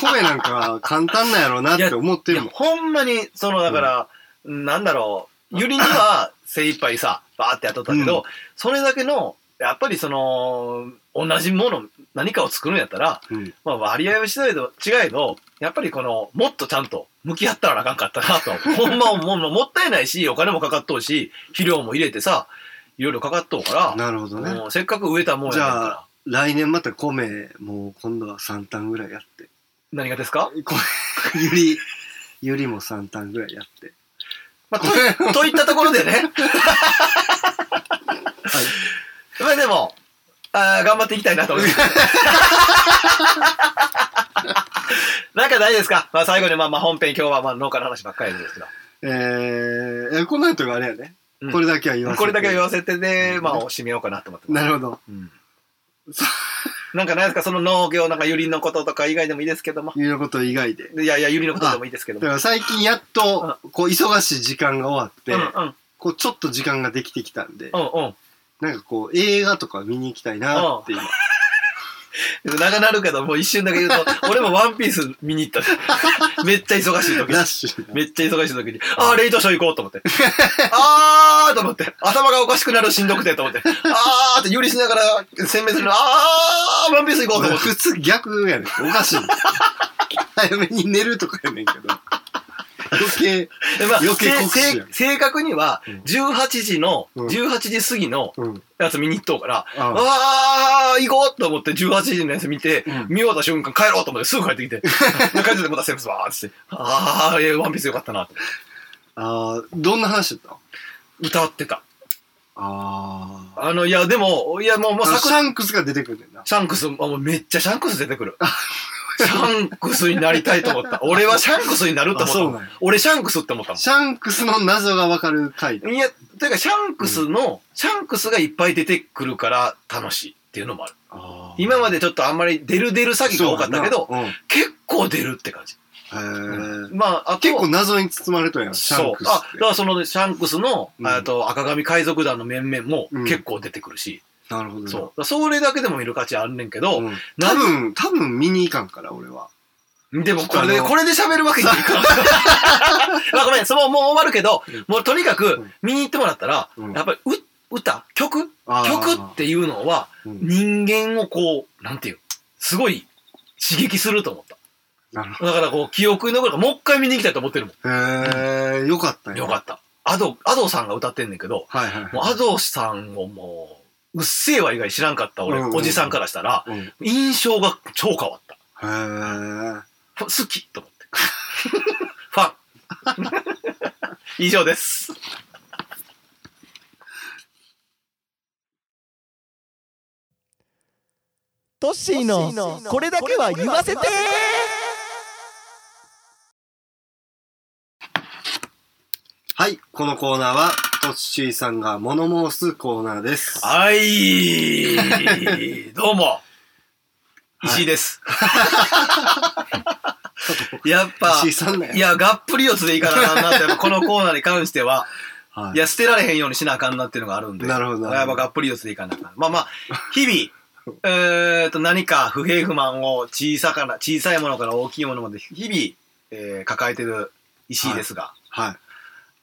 米なんか簡単なんやろうなって思って
直。い
る
や、
もん。
ほんまに、その、だから、なんだろう、ゆりには精一杯さ、バーってやっとったけど、
う
それだけの、やっぱりその、同じもの、何かを作るんやったら、
うん
まあ、割合はしないと違えど、やっぱりこの、もっとちゃんと向き合ったらなあかんかった
<laughs>
なと。ほんまもう、もうもったいないし、お金もかかっとうし、肥料も入れてさ、いろいろかかっとうから、
なるほどね。
もうせっかく植えたもんやねん
じゃ
から。
来年また米、もう今度は3単ぐらいやって。
何がですか、
<laughs> 米、ゆり、ゆりも3単ぐらいや
<laughs>
って。
まあ、
<laughs>
と <laughs> といったところでね。まあでも、あー頑張っていきたいな
<laughs>
と思います。なんかないですか、まあ、最後に、まあ、まあ本編今日はまあ農家の話ばっかりですけど。
えー、えこの後があれやね、
うん
これだけは言わせて
これだけ言わせて
う
で、
ん
まあ、締めようかなと思ってます。
なるほど
うんなんかないですか、その農業、なんかゆりのこととか以外でもいいですけども。
いうこと以外で
いやいや、ゆりのことでもいいですけど
だ
も。
か
うん
ら最近やっとこう忙しい時間が終わって、
うん
こうちょっと時間ができてきたんで、
うんうん
なんかこう映画とか見に行きたいなって今、
でも長なるけど、もう一瞬だけ言
<laughs>
うと、俺もワンピース見に行った <laughs> のめっちゃ忙しい時
ラッシュな
めっちゃ忙しい時に、ああ、レイトショー行こうと思って。あーと思って。頭がおかしくなるしんどくてと思って。あーって、有利しながら鮮明するの、あー、ワンピース行こうと思って。
普通逆やねん。おか
<laughs>
しい。早めに寝るとかやねんけど。余計。
でまあ、
余計酷使
せ
や
せ正確には
うん、
18時の、
うん
18時過ぎの
うん。
やつ見に行っとうから、
あ
あー、行こうと思って18時のやつ見て、
うん
見終わった瞬間帰ろうと思ってすぐ帰
<laughs>
ってきて、で帰っててまたセブンスバーッつって、あー、いやワンピースよかったなと。
あー、どんな話だった
歌ってた。
あ
あの、いや、でも、いや、もう、も
あ
う
の。
作
シャンクスが出てくるねんな。
シャンクス、あもうめっちゃシャンクス出てくる。シャンクスになりたいと
<laughs>
思った。俺はシャンクスになると
あ、
思った
そ
も。
うんなんや
俺シャンクスって思ったも
シャンクスの謎がわかる回だ。
ん。いや、というかシャンクスの、シャンクスがいっぱい出てくるから楽しいっていうのもある。今までちょっとあんまり出る出る詐欺が多かったけど、
そうやな、
結構出るって感じ。
うんへー
まあ、あと
結構謎に包まれたやん、シャ
そ
ン
う
ク。ス
あ、
っ
だ
て
からそのシャンクスの、
うん
えっと赤髪海賊団の面々も
うん
結構出てくるし、
なるほどね。
そう。だからそれだけでも見る価値あんねんけど、
うん多分、多分見に行かんから、俺は。
でもこれ
ちょっと
で、
あの
これで喋るわけにい
<laughs>
かん。まあごめん、そのもう終わるけど
うん、
もうとにか
う
く
ん
見に行ってもらったら、
うん
やっぱりう歌、曲、
あー
曲っていうのは
うん
人間をこう、なんていう、すごい刺激すると思った。
なるほ
だからこう、記憶に残るから、もう一回見に行きたいと思ってるも
ど。へえ、よかった
ん。よか
っ
った。アド、アドさんが歌ってんねんけど、
た。はいはいはい。
もうアドさんをもう、うっせぇわ以外知らんかった
うん
俺、
うんうん
おじさんからしたら、
うん
印象が超変わった。
へー
好き <laughs> と思って。ファン。 <laughs> 以上です。
トッシーのこれだけは言わせて
はい、このコーナーは、トッシーさんが物申すコーナーです。
はい。どうも。
い
石井です。 <laughs> やっぱ
石井、さんだよ。
いや、がっぷり四つでいかなあかんなって、やっぱこのコーナーに関しては、
はい
いや、捨てられへんようにしなあかんなっていうのがあるんで。
なるほど。
やっぱがっぷり四つでいかなあかん。まあま
<laughs>
あ、日々、えーと、何か不平不満を小さかな、小さいものから大きいものまで日々、えー抱えてる石井ですが、
は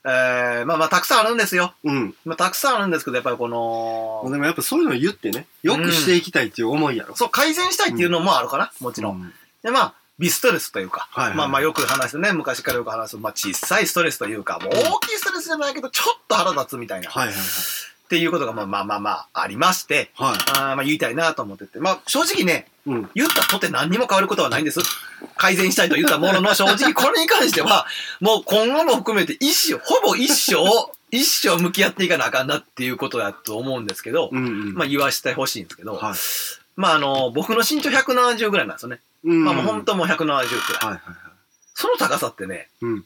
えーまあまあ、たくさんあるんですよ。
い。うん。
まあ、たくさんあるんですけど、やっぱりこの、
でもやっぱそういうのを言ってね、よくしていきたいっていう思いやろ。
そう、改善したいっていうのもあるかな、もちろん。
ん。
で、まあ、微ストレスというか、
はいはい
まあまあよく話すね、昔からよく話す、まあ小さいストレスというか、もう大きいストレスじゃないけど、ちょっと腹立つみたいな、
はいはい
っていうことがまあまあまあまあありまして、
はい。はい。
あーまあ言いたいなと思ってて、まあ正直ね、
うん。
言ったとて何にも変わることはないんです。改善したいと言った
<laughs>
ものの、正直これに関しては、もう今後も含めて一生、ほぼ一生、
<laughs>
一生向き合っていかなあかんなっていうことだと思うんですけど、
うんうん。
まあ言わしてほしいんですけど、
はい
まああの、僕の身長170ぐらいなんですよね。
うん
まあもう本当もう170くらい。
はいはいはい。
その高さってね、
うん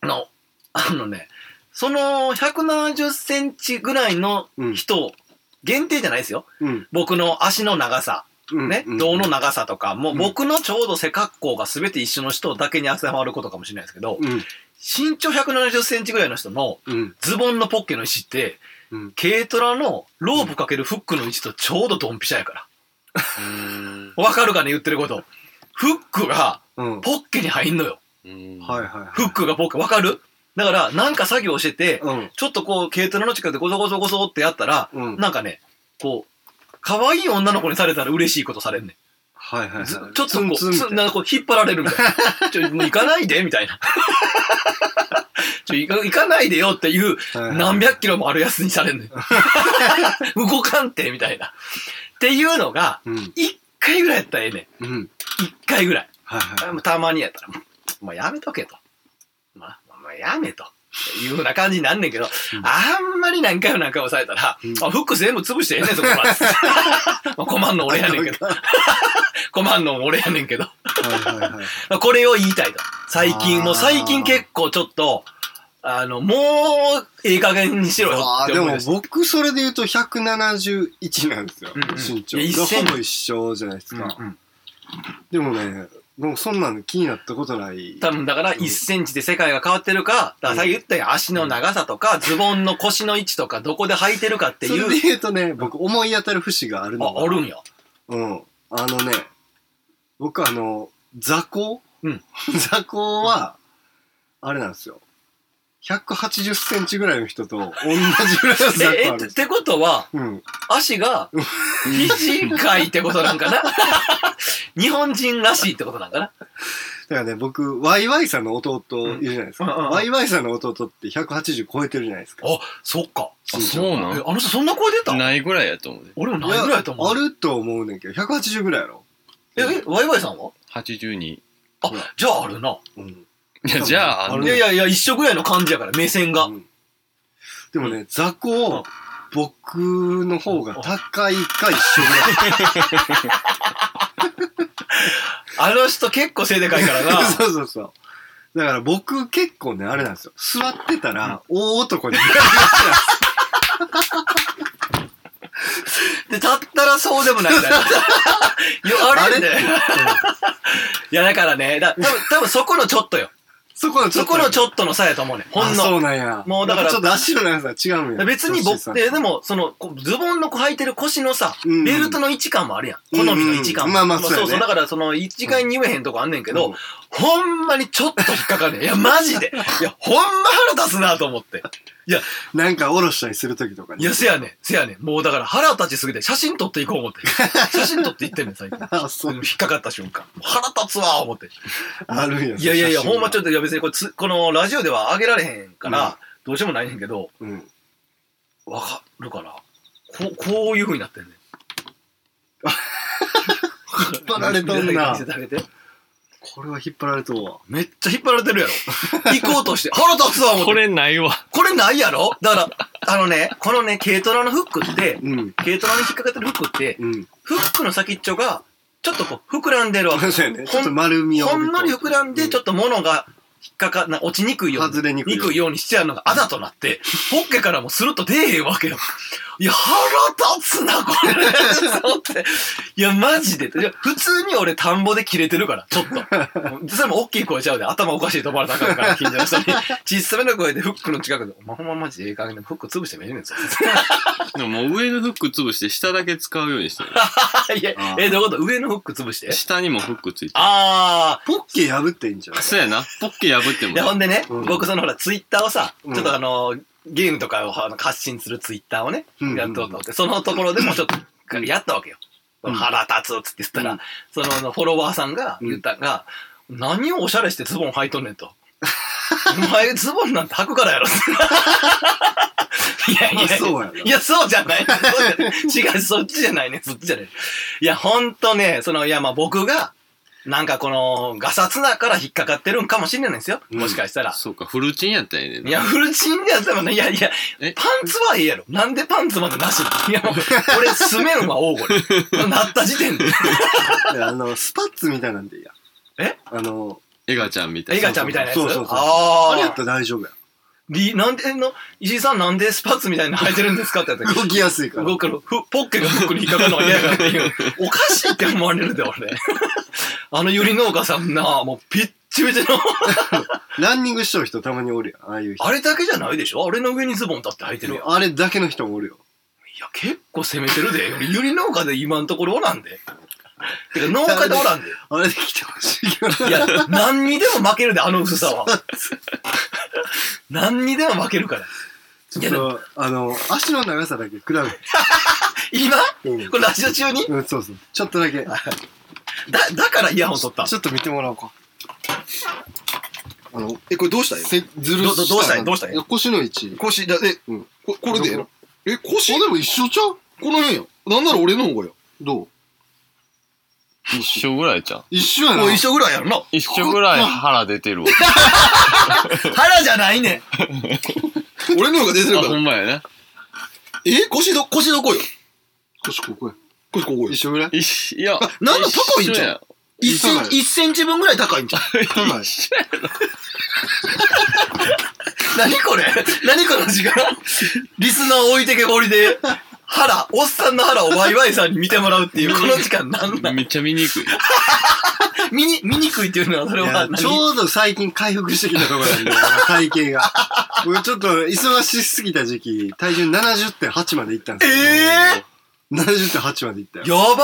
あの、あのね、その170センチぐらいの
うん
人、限定じゃないですよ。
うん。
僕の足の長さ、
うん。
ね、
うん
胴の。長さとか、もううん僕のちょうど背格好が全て一緒の人だけに当てはまることかもしれないですけど、
うん。
身長170センチぐらいの人の
うん。
ズボンのポッケの位置って、
うん
軽トラのロープかけるフックの位置とちょうどドンピシャやか
うーん
ら。わかるかね言ってること。フックが
うん。
ポッケに入んのよ。
うーん
はいはいはい。
フックがポッケ、わかるだから、なんか作業してて、
うん。
ちょっとこう、軽トラの近くでゴソゴソゴソってやったら、
うん。
なんかね、こう、可愛い女の子にされたら嬉しいことされんね
はいはいは
ん。
い。
ずちょっとこう、
ツンツンみたい
つんなんかこう引っ張られるみたい
<laughs>
な。ちょ、もう行かないでみたいな。ちょ、行か行かないでよっていう、
なはいはい
何百キロもあるやつにさ
<laughs>
れんねん。動かんてみたいな。っていうのが、
うん。
一回ぐらいやったらええねん。
うん。
一回ぐらい。
はいはい。
もうたまにやったら、もうやめとけと。まあ、もうやめと。いうふうな感じになんねんけど、あんまり何回も何回もされたら、
うん
あ、服全部潰してええねん、そこは。
<laughs>
まあ困んの俺やねんけど。困んの俺やねんけど。
はいはいはい。
これを言いたいと。最近、もう最近結構ちょっと、あの、もう、いい加減にしろよ
あ
っ
ー
て
で
思い
も
ました。
僕それで言うと171なんですよ、
うんうん
身長
いや一緒
ほぼ一緒じゃないですか、
うんうん
でもねもうそんなの気になったことない
多分だから1センチで世界が変わってるか、だからさっき言ったように足の長さとか、ズボンの腰の位置とか、どこで履いてるかって
それ
い
で
う、
言うとね僕思い当たる節がある
あ
の、
あるんよ。
うんあのね僕あの座高、 <laughs>
うん、
座高はあれなんですよ180センチぐらいの人と同じぐらいの座
え、
高
<laughs> え、
ある
っ
ん
てっ
です
てことは、
うん、
足が、短いってことなんかな <laughs> 日本人らしいってことなんかな
だからね僕ワイワイさんの弟いるじゃないですか、
うんうんうんうん
ワイワイさんの弟って180超えてるじゃないですか
あ、そっか。
あそうな
え
ん
あの人そんな声出た
ないぐらいやと思うで。
俺もないぐらいだと思
あ
う。
ると思うねんけど180ぐらいやろ、
え、えワイワイさんは
82。い
あ、じゃああるな。
うん
や、じゃあ、あ
う
の
ん
いやいやいや、一緒ぐらいの感じやから、目線が。
うんでもね雑魚僕の方が高いか一緒ぐ
あの人結構背でかいからな
<laughs> ら
<laughs>
い。そうそうそうだから僕結構ねあれなんですよ座ってたら大男
<laughs>
になる
で、立ったらそうでもないん
<laughs>
だよ。いやあれね。いや、だからね、だ多分多分そこのちょっとよ。
そこのちょ
そ
っと
このちょっとの差やと思うねん。ほん
あそ
の。
うなんや
もうだから
ちょっと足の長さ違うんや
別に
トッシーさ
僕、
ん
ででも、その、こうズボンのこう履いてる腰のさ、
うん
ベルトの位置感もあるやん。好みの位置感も。
うんまあまあそうやね
そうそう。だから、その、一概に言えへんとこあんねんけど、
うん
ほんまにちょっと引っかかるねん。いや、マジで。いや、ほんま腹立つなと思って。
なんか下ろしたりする時とか
い
に
や、せやねん、せやねん。もうだから腹立ちすぎて、写真撮っていこう思
<laughs>
って。写真撮っていってんねん、最近。
あそう
引っかかった瞬間。腹立つわ、思って。
あるんや
いやいやいや、ほんまちょ
っ
っと、いや別にこれつ、このラジオでは上げられへんから、どうしようもないねんけど、
と、うん、
わかるかなこう、こういう風になってんねん。
<laughs> 引っ張られとんな
見せてあげて
これは引っ張られとうわ
<laughs> めっちゃ引っ張られてる
<laughs>
やろ。行こうとして、腹立つわ、思って。
これないわ。
これないやろだから、あのね、このね、軽トラのフックって、
うん
軽トラに引っかかってるフックって、
うん
フックの先っちょが、ちょっとこう、膨らんでるわけ。
そうやね。ちょっと丸みを。
ほんのり膨らんで、ち
っ
ょっと物が引っかか、な落ちにくいように。
外れにくいように
ようにしてやるのがあだとなって、ポッケからもスルッと出えへんわけよ。いや、腹立つな、これ。そうって。いや、マジで。いや普通に俺田んぼで切れてるから、ちょっと。
<laughs>
それも大きい声ちゃうで、頭おかしいと思われたらあかんから、近所の人に。小さめの声でフックの近くで、お前ほんまマジでええ加減でフック潰してもええね
<laughs>
んぞ。
でももう上のフック潰して下だけ使うようにしてる。
いや
あ、ー
え、どういうこと上のフック潰して。
下にもフックついて
あー、
と。ポッケ破っていいんじゃない
る。そうやな。ポッケ破っても
いや、ほんでね、
うん
僕そのほら、ツイッターをさ、
うん
ちょっとあの、ゲームとかをあの発信するツイッターをね、
うん
やっとうと思って、そのところでもちょっと、やったわけよ。
うん
腹立つっつって言ったら、
うん
そのあのフォロワーさんが言ったんが、何をおしゃれしてズボン履いとんねんと。お前ズボンなんて履くからや
<laughs>
ろ。いやいやいや
あそうやない
や、そうじゃない。そうじゃない違う、そっちじゃないね。そっちじゃない。いや、ほんとね、その、いや、まあ僕が、なんかこの、ガサツだから引っかかってるんかもしれないんですよ。
うん
もしかしたら。
そうか、フルチンやったんやねんない
や、フルチンでやってもね、いやいや、
え
パンツはええやろ。なんでパンツまでなしいや、もう、俺、スメンは大声。なった時点で。
であの、スパッツみたいなんでいいや。
え
あの、
エガちゃんみたい
エ
な。
ガちゃんみたいなやつ。
そうそうそうあれや
あ
っ
あ。
たら大丈夫や。
り、なんで、えの、石井さんなんでスパッツみたいなの履いてるんですかってやった
動きやすいから。
動くの、ふポッケがフックに引っかかるのが嫌やからっていう。おかしいって思われるで、俺。あのゆり農家さんな、もう、ピッチピチの。
ランニングしとる人たまにおるやん。ああいう人。
あれだけじゃないでしょあれの上にズボン立って履いてるやん。い
あれだけの人もおるよ。
や、結構攻めてるで。俺、ゆり農家で今のところおらんで。てか、農家でおらんで。
あれで来てほしいけど。
いや、何にでも負けるで、あの薄さは。何にでも負けるから。い
ち
や、でも
ょっと、あの、足の長さだけ比べて。
今
うん
これラジオ中に
うん、そうそう。ちょっとだけ。
だ、だからイヤホン取った。
ちょっと見てもらおうか。あの、
え、これどうしたよ
せずる
どどどうしたんやどうしたんや
いや腰の位置。
腰、だ、え、
うん
ここれでやろえ、腰
あ、
こ
でも一緒ちゃう
の辺や。なんなら俺の方がよ。
どう
一緒ぐらいじゃん。
一緒やな。
もう一緒ぐらいやろな。
一緒ぐらい腹出
<laughs>
てるわ。
腹じゃないねん。
俺の方が出てる
あ、
か
ほ
ら。
んまやな。
え腰ど、腰どこよ。
腰ここや。
腰ここよ
一。緒ぐらい
いしいや、
なんか高いんちゃう
一
1
緒
セ
や
ンチ、一センチ分ぐらい高いんちゃう
高い。
何これ何この時間リスナー置いてけぼりで、腹、おっさんの腹をワイワイさんに見てもらうっていう、この時間なん
一緒
な
や
ん
めっちゃ見にくい。
見に、見にくいっていうのは、それ
い
は
や
何
ちょうど最近回復してきたところなんだよな、体型が。僕ちょっと忙しすぎた時期、体重70.8までいったんですよ。
え
70.8までいった
え
よ。
やば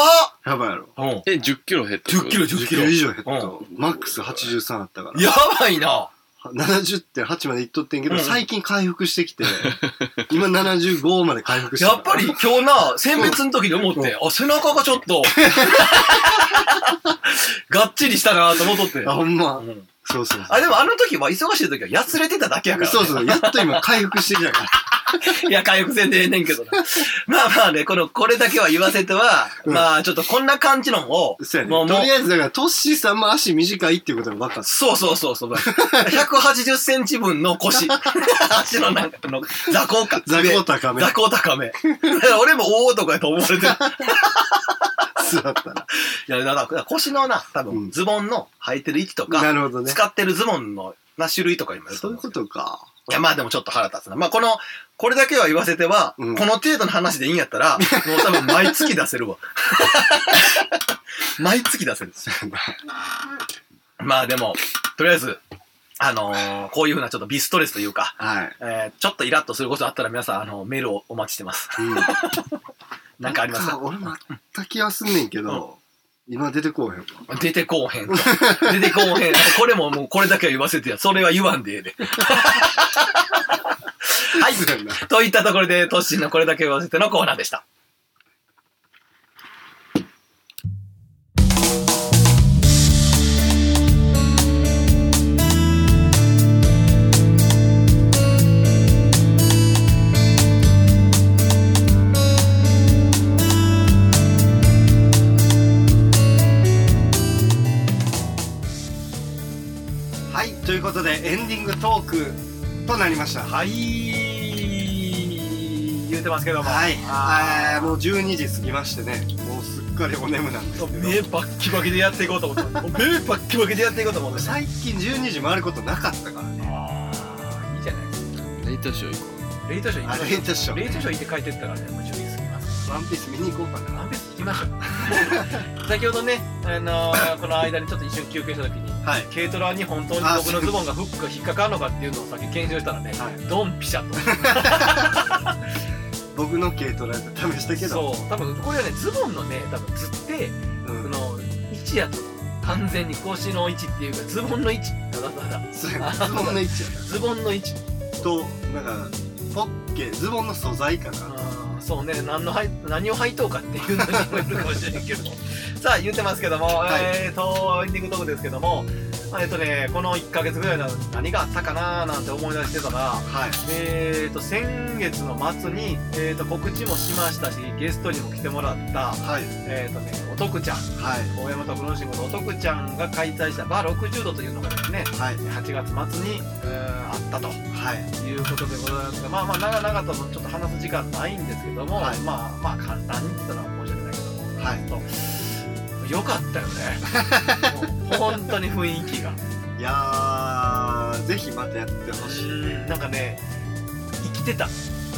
やばいやろ。
うん。
え、10キロ減った。
10キロ、10
10
キ
キ
ロ
ロ。以上減った。
う
マックス83あったから。
やばいな。
70.8までいっとってんけど、
うん
最近回復してきて、今75まで回復して
やっぱり今日な、選別の時に思って、あ、背中がちょ
<laughs>
っと、がっちりしたなと思っとって。
あ、ほんま。
うん
そうそうそう。
あ、でもあの時は忙しい時はやつれてただけやからね。
そうそう。やっと今回復してきたから。
いや、回復せんでええねんけどな。まあまあね、この、これだけは言わせては、
うん
まあちょっとこんな感じのを、
そうや
もう
ね。
もう
とりあえず、だから、トッシーさんも足短いっていうことが分かっ
そうそうそうそう。180センチ分の
<laughs>
腰。足のなんかの座高か。
た。座高高め
座。高高め。 <laughs> だから俺も大男やと思われてる。
座ったら。
いや、だからだから腰のな、多
うん
分、ズボンの履いてる息と
な
か、
るほどね。
使ってるズボンのな種類とかにもよると
そういう
思う。
ことか。
いや、まあでもちょっと腹立つな。まあこの、これだけは言わせては、
うん
この程度の話でいいんやっ
<laughs>
たら、もう多分毎月出せるわ。 <laughs> 毎月出せる。まあでも、とりあえず、あのーこういうふうなちょっとビストレスというか、
はい。
えーちょっとイラッとすることあったら皆さん、あの、メールをお待ちしてます。
うん。
なんかあります
さ
か
俺もあった気はすんねんけど、今出てこうへんわ。
出てこうへんと。出てこうへん。これももうこれだけは言わせてや。それは言わんでええで。 <laughs> はい。
そうやな
といったところで、トッシーのこれだけは言わせてのコーナーでした。
はい。ということで、エンディングトークとなりました。
はい。言うてますけども。
はい。
あ
えーもう12時過ぎましてね、もうすっかりお眠なんですけど。
目バッキバキでやっていこうと思って。目バッキバキでやっていこうと思って。
最近12時回ることなかったからね。
あーいいじゃないですか。
レイトショー行こ
レイトショー行
あ
きま
れ
しょ
でしょ
う。。レイトショー行って帰ってったからね、もう10時過ぎます。
ワンピース見に行こうかな。
何別行きましょ <laughs> う。先ほどね、あのーこの間にちょっと一瞬休憩した時に、
はい。
軽トラに本当に
あ
僕のズボンがフックが引っかかるのかっていうのを先検証したらね、
はい
ドンピシャと。
僕の軽トラで試したけど、
そう、多分これはね、ズボンのね、多分ずって、
う
そ
ん、
の位置やと完全に腰の位置っていうかズボンの位置ただただ
そうやなズボンの位置や
ズボンの位置
な。 <laughs> と、なんか、ポッケ、ズボンの素材かな。
あーそうね何のはい何を履いとうかっていうのにもよるかもしれんけど <laughs> もさあ言ってますけども、
はい
えーとエンディングトークですけどもえっとねこの1か月ぐらいの何があったかなーなんて思い出してたら
はい。
えーと先月の末に、えーと告知もしましたしゲストにも来てもらった
はい。
えっ、とねおとくちゃん
はい。
大山徳之進吾のおとくちゃんが開催したバー60度というのがですね
はい。
8月末に、えーあったと
はい。
いうことでございますが、まあまあ、長々ともちょっと話す時間ないんですけども、
はい
まあまあ、簡単に言ったら申し訳ないけども、
はい
い、よかったよ
<laughs>
ね。もう本当に雰囲気が。
いやー、ぜひまたやってほしいね。
なんかね、生きてた、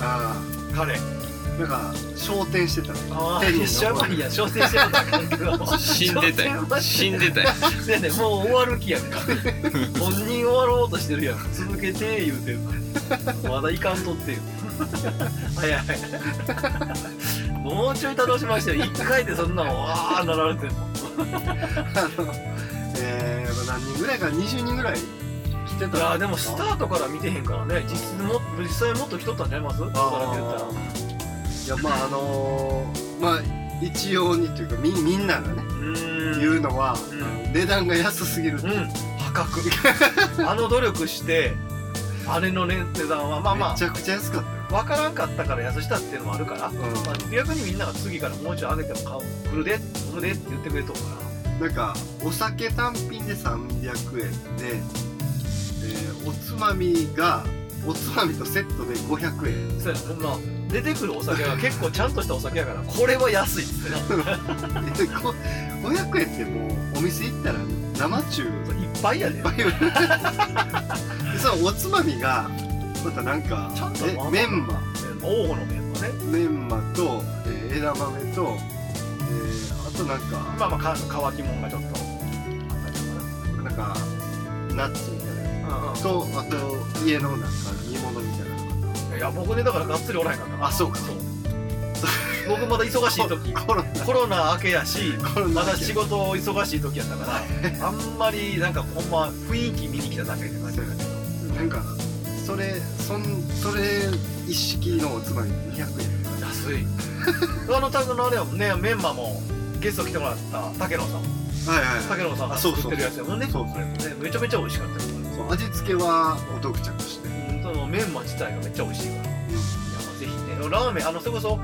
あ
彼。
ーなんか、焦点してたね。
あ
天
ー
に昇る
一緒やっぱりいや、挑戦してるんだけど。
う。死んで
<laughs>
たよ。死んでたよ。
いやね、もう終わる気やねん。本人終わろうとしてるやん。続けて言うてるのまだいかんとってよ。早い早い。もうちょい楽しましてよ。一回でそんなのわーなられても。
あの、えー、何人ぐらいか、20人ぐらい来てた
い
の
やでもスタートから見てへんからね。実質も実際もっと来とったんちゃいます？だから言ったら。
いやまああのーまあ一様にというかみみんながね
うーん。
言うのは、
う
値段が安すぎる、
うん。破
<laughs>
格。あの努力して。あれのね値段はまあま
めちゃくちゃ安かったよ
あ分からんかったから安したっていうのもあるから、まあ逆にみんなが次からもうちょい上げても買う来るで来るでって言ってくれとうから
なんかお酒単品で300円で、えーおつまみがおつまみとセットで500円
そうやなほんま出てくるお酒が結構ちゃんとしたお酒やからこれは安いっつってな
えこ500円ってもうお店行ったら生中いっ
いっぱいやで
ぱい売るでそのおつまみがまたなんか
ちゃんと
え
まあまあ
メンマ
王のメンバーね
メンマと、えー枝豆と、えーあとなんか
まあまあか乾きもんがちょっとあったりとか
なんかナッツみたいな
なうんうん
とあと家のなんか煮物みたいなのが
いや僕ねだからがっつりおらへんかった
あそうか
そう僕まだ忙しい時
コロナ
コロナ明けやし
コロナ
まだ仕事忙しい時やったからあんまりなんかほんま雰囲気見に来ただけって感じだけど
なんかそれそんそれ一式のおつまみ200円
安い <laughs> あのタグのあれやもんねメンマもゲスト来てもらった竹野さん
はいはいはい
竹野さんが
あそうそう
作ってるやつやもんね
そう
れもねめちゃめちゃ美味しかったよ
そう味付けはお特着して
うんそのメンマ自体がめっちゃ美味しいからいやまあぜひねラーメンあのそれこそ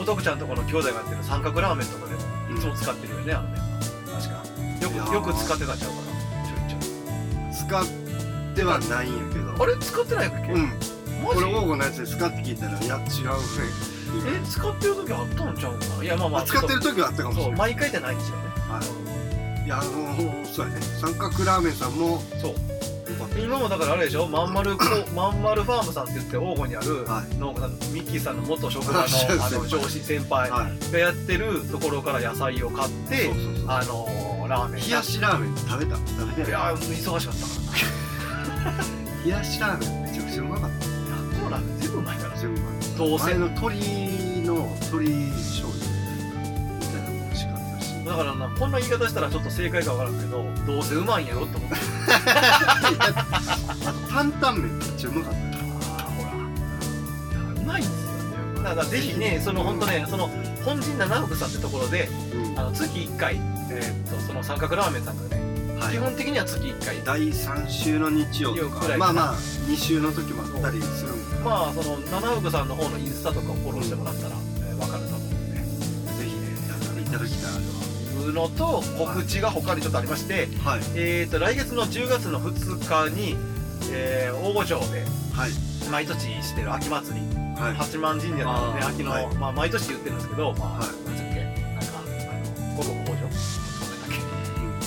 おとくちゃんとこの兄弟がやってる三角ラーメンとかでもいつも使ってるよねあのメンマ確かよ
いや
く
ー
よく使ってたんちゃうかなちょいち
使ってはないんやけど
ょいあれ使ってないっけ、
うん
マ
こ
ジ
れ王吾のやつで使って聞いたらいや違うね
え使ってる時あったんちゃうかないやまあまあ
あ使ってる時はあったかもし
そう
れない
毎回じゃないんですよね
はいいやあのそうやね三角ラーメンさんも
そ
よ
う
かっ
今もだからあれでしょまんまるこ
<coughs>
うまんまるファームさんって言って黄金にある
はい
農家さんミッキーさんの元職場の
あそうです
あの上司先輩
たはい
がやってるところから野菜を買って
そうそうそう
あのーラーメン
冷やしラーメン食べた食べて
い
ない
やー忙しかったから
冷やしラーメンめちゃくちゃうまかった
いやこのラーメン全部うまいから
全部うまい
どうせ
前の鶏の鶏醤油みたいなのも美味しかったし <laughs>
だからなこんな言い方したらちょっと正解かわからんけどどうせうまいんやろって思ってる
担々麺めっちゃうまかった
あほらいやうまいんですよねだからぜひねその本当ねその本陣七福さんってところで
うん
あの月1回、えーっとその三角ラーメンさんがね、
はい
基本的には月1回
第3週の日曜と
くら
か
い
まあまあ2週の時もあったりするんで
まあその七福さんの方のインスタとかをフォローしてもらったら、えーわかると思うんで
ぜひねやっていただきたい
いうのと告知が他にちょっとありまして、
はい
えー、と来月の10月の2日に、えー大御所で
はい
毎年してる秋祭り、
はい
八幡神社なので
あー
秋の、
はい
まあ、毎年言ってるんですけど、まあ
はい
なんだっけなんかあの五穀豊穣なんだっ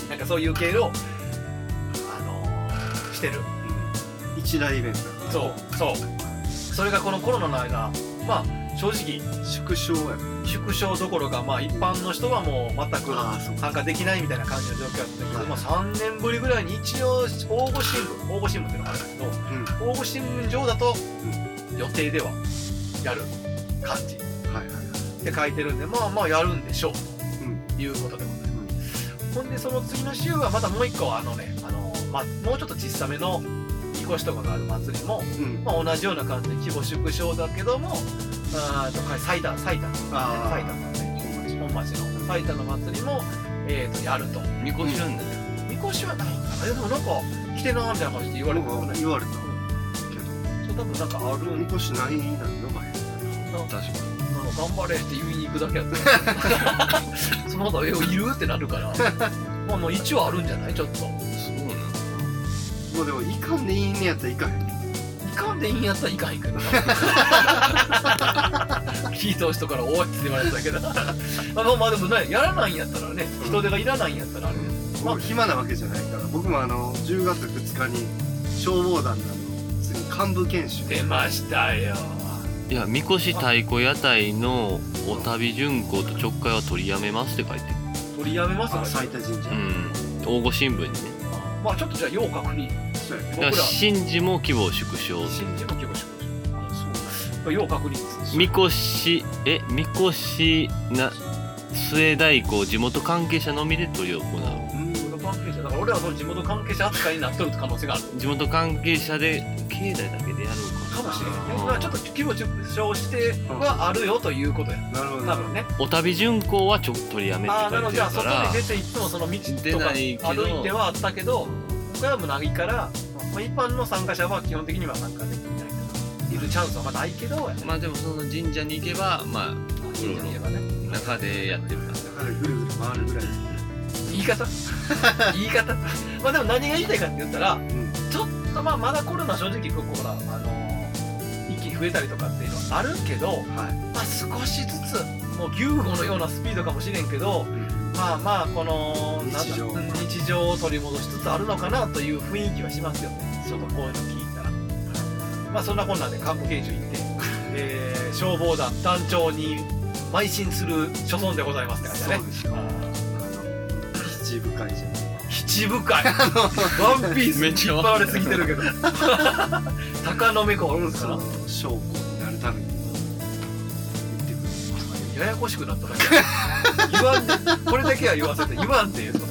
けなんかそういう系を、あのーしてる
うん一大イベント
そうそうそれがこのコロナの間まあ正直
縮小や
縮小どころか、まあ、一般の人はもう全く
ああそう
参加できないみたいな感じの状況だったんだけど、まあ、3年ぶりぐらいに一応応募新聞応募新聞っていうのがあるんだけ
う
ど
ん
応募新聞上だと予定ではやる感じっ
はいはい
て書いてるんでまあまあやるんでしょう
うん
ということでございます、ほんでその次の週はまたもう一個あのねあの、ま、もうちょっと小さめのみこしとかがある祭りも、
うん
まあ、同じような感じで規模縮小だけどもあーとか埼玉埼玉ね
あー
埼玉のね本町の埼玉の祭りも、えー、とやると
みこしなんだよ。
みこしはないんかなでもなんか来てなみたいな感じで言われる
なんか
ない
言われたけ
そう多分なんか
ど
ある
み
んだ
こしないなのがい
な
確かに。
なんか頑張れって言いに行くだけやったらその後えいるってなるからまあもう一応あるんじゃないちょっと
そうなの。
もうでもいかんでいいねやったらいかへん
いかんでいいんやったらいかへんけど聞いた人から「おい」って言われたけどまあまあまあでもねやらないんやったらね人手がいらないんやったらあれです
まあ、暇なわけじゃないから僕もあの10月2日に消防団のあの次幹部研修
出ましたよ
いや、みこし太鼓屋台のお旅巡行と直会は取りやめますって書いてる。
取りやめます
あ
か
埼玉神社、
うん。応募新聞にね。
まあちょっとじゃあ要確認
そうやね
だから
僕ら
神事も規模縮小。
信じも規模縮小あそう要確認です
みこし、え、みこしな、末太鼓、地元関係者のみで取り行う。
地元関係者だから俺らはその地元関係者扱いになっとる可能性がある
地元関係者で、境内だけでやろうか。
かもしれないまあちょっと規模縮小してはあるよということや
なるほど
多分ね
お旅巡行はちょっと取りやめって書
あ
い
ー
て
な
る
る
か
ほどじゃあ外
ら
に。出て行ってもその道
出
とか
ないけど
歩いてはあったけど今回はもうないから、まあ、一般の参加者は基本的には参加できないというチャンスはまあないけどやね
まあでもその神社に行けば、まあ、
神社に言えばね
中でやってるから。
だからぐるぐる回るぐらい
言い方 <laughs> 言い方 <laughs> まあでも何が言いたいかって言ったら、
ん
ちょっとまあまだコロナ正直結構ほらあの一気に増えたりとかっていうのはあるけど、まあ少しずつもう牛語のようなスピードかもしれんけど、まあまあこのなんだ
日常
日常を取り戻しつつあるのかなという雰囲気はしますよねちょっとこういうの聞いたら、まあそんなこんなんで幹部研修行って、えー消防団団長に邁進する所存でございますって感じ
そ
だ
う
ね
ですよ七部会じゃない
七部 <laughs> 会ワンピースに引っ張られすぎてるけど高野目子おるんか
そ
な
の証拠になるために言ってくる
ややこしくなっただけ言わんでこれだけは言わせて言わんって言うとい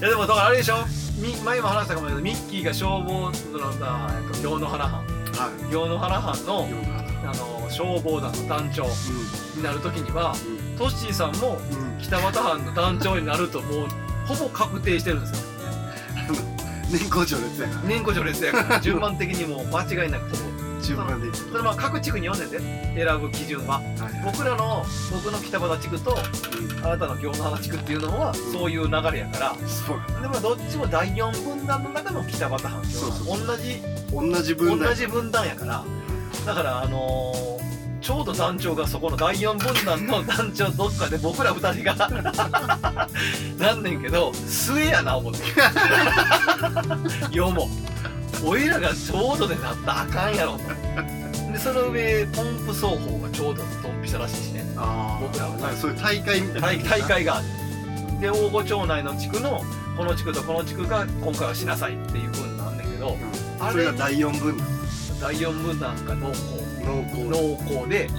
やでもだからあれでしょみ前も話したかもしれないけどミッキーが消防なんだえっと行野原藩
は
行野原藩の
いよ
あの消防団の団長になる時には、
う
トッシーさんも
うん、うん、
北俣藩の団長になるともうほぼ確定してるんですよ
年功序列やか
年功序列やから <laughs> 順番的にもう間違いなくほぼ
ら順番でいく
それまあ各地区に読んでて選ぶ基準は
はいはい
僕らの僕の北畑地区とあなたの京の原地区っていうのはそういう流れやから
そうや
でもどっちも第4分断の中の北畑藩京
そう
の同じ
同じ分
同
断
じ分断やからだからあのーちょうど団長がそこの第4分断の団長どっかで僕ら2人が <laughs> なんねんけど末やな
<laughs>
思って世もおいらがちょうどでなったらあかんやろとでその上ポンプ奏法がちょうどドンピシャらしいしね
あー
僕らは
なんかそういう大会みたいな
大大会があるで大御町内の地区のこの地区とこの地区が今回はしなさいっていうふうになんねんけど
うん
あれ
それが第四分断
第4分断が濃厚
濃厚
濃厚で、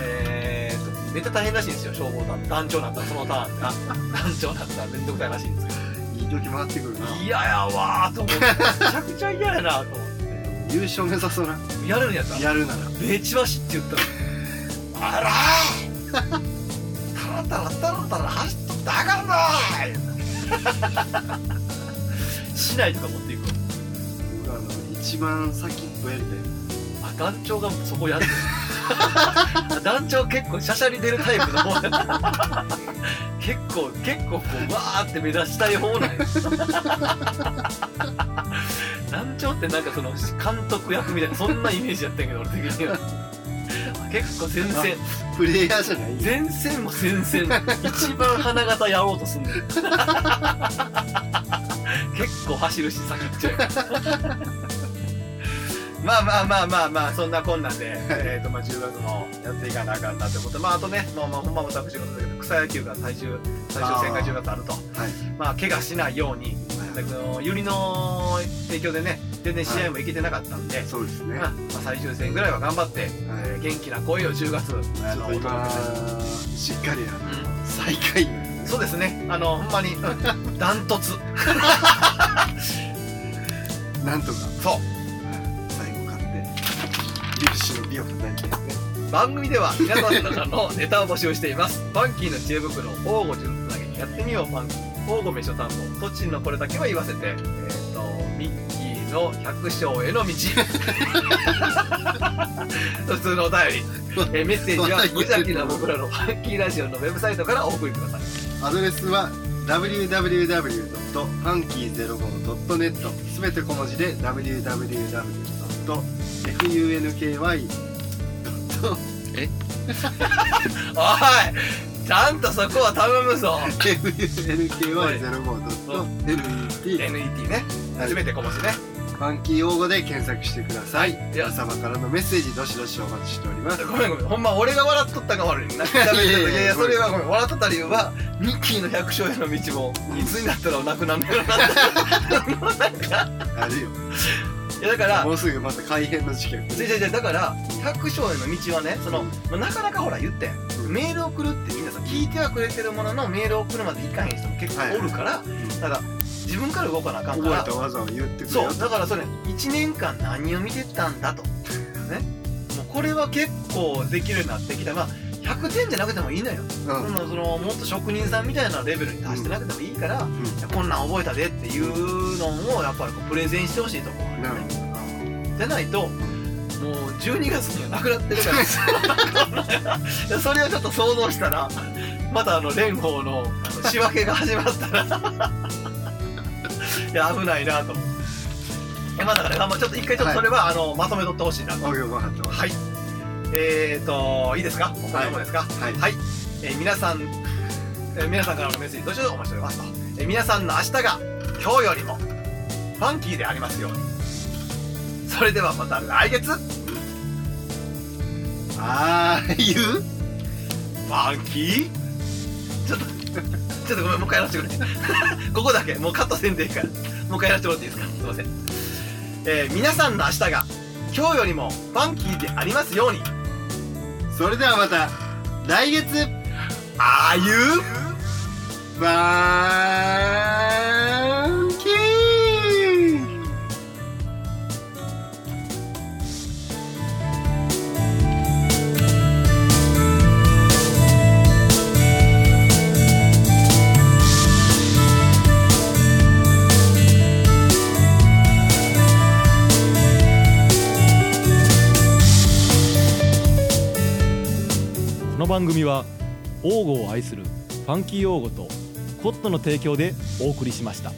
えーとめっちゃ大変らしいんですよ消防団団長なったらそのターンが団長なったらめんどくさいらしいんですけど
いい時回ってくるな
嫌やわーと思ってめちゃくちゃ嫌やなと思っ
優勝目指そうな
てやるんやったら
やるなら
「べちわし」って言ったら「あらータラタラタラタラ走っとったらあかんなー」市内とか持っていく
僕あの一番先っぽやりたい
あ団長がそこやるの <laughs> 団長結構しゃしゃり出るタイプの方だ <laughs> 結構結構こうわーって目立ちたい方なんや団長ってなんかその監督役みたいなそんなイメージやったんやけど俺的には <laughs> 結構前線
プレイヤーじゃない
前線も前線一番花形やろうと <laughs> すんねん結構走るし先っちょやから <laughs> まあまあまあまあまあそんなこんなんでえーとまあ10月もやっていかなあかんなってことまああとねまあまあほんまも私事だけど草野球が最終最終戦が10月あると
はい
まあ怪我しないようにだけどゆりの影響でね全然試合も行けてなかったんで、
そうですね、
まあまあ最終戦ぐらいは頑張って、えー元気な声を10月あ
ちょ
の
っと
お届
今
けしたい
しっかりあの、
う
最下位の
そうですね。あの、ほんまに、 <laughs> ダントツ。
なんとか
そ
最後勝って有志の美を叩いてですね
う。番組では皆さんからのネタを募集しています。ファンキーの知恵袋、王吾順つなげにやってみようファンキー、王吾名所探訪、栃木のこれだけは言わせて、えっ、と、ミッキーの百姓への道。 <laughs> 普通のお便り。えーメッセージは無邪気な僕らのファンキーラジオのウェブサイトからお送りください。
アドレスは www.funky05.net すべて小文字で www.funky
おいちゃんとそこは頼むぞ
funky05.net
!NET ね。すべてこもしね。
ファンキー用語で検索してください皆様からのメッセージどしどしお待ちしております
ごめんごめんほんま俺が笑っとったんが悪いないや
いやいや
いやそれはごめん笑っとった理由はミッキーの百姓への道もいつになったらなくなるのかなってなんか
あるよ
いやだから
もうすぐまた改編の事件
じゃじゃじゃだから百姓への道はねその、まあなかなかほら言って
うん
メール送るってみんなさ聞いてはくれてるもののメール送るまでいかへん人も結構おるから、
ん
ただ自分から動かなあかんか
覚
ら
えた技を言ってくれ
そ
よ
うだからそれ1年間何を見てたんだとねもうこれは結構できるようになってきたまあ100点じゃなくてもいいのよ、
う
そ
ん
のそのもっと職人さんみたいなレベルに達してなくてもいいから、
ん
いやこんなん覚えたでっていうのをやっぱりこうプレゼンしてほしいと思う
な
よ
る
ねじゃないともう12月にはなくなってるから <laughs> いやそれをちょっと想像したらまたあの蓮舫のあ仕分けが始まったらいや危ないなとえまあだから、まあ、ちょっと一回ちょっとそれは、あのまとめとってほしいなと
あ、よくわかった。
はいえーといいですかこんなもんですか
はい。
はい、えー皆さん、えー皆さんからのメッセージどうしようお待ちしておりますと、えー皆さんの明日が今日よりもファンキーでありますようにそれではまた来月フ
ああいう
ァンキーちょっと <laughs> ちょっとごめんもう一回やらせてくれ <laughs> ここだけもうカットせんでいいからもう一回やらせてもらっていいですかすいません、えー皆さんの明日が今日よりもファンキーでありますように
それではまた、来月
ああいう
バーンキー
この番組は王語を愛するファンキー王語とコットの提供でお送りしました。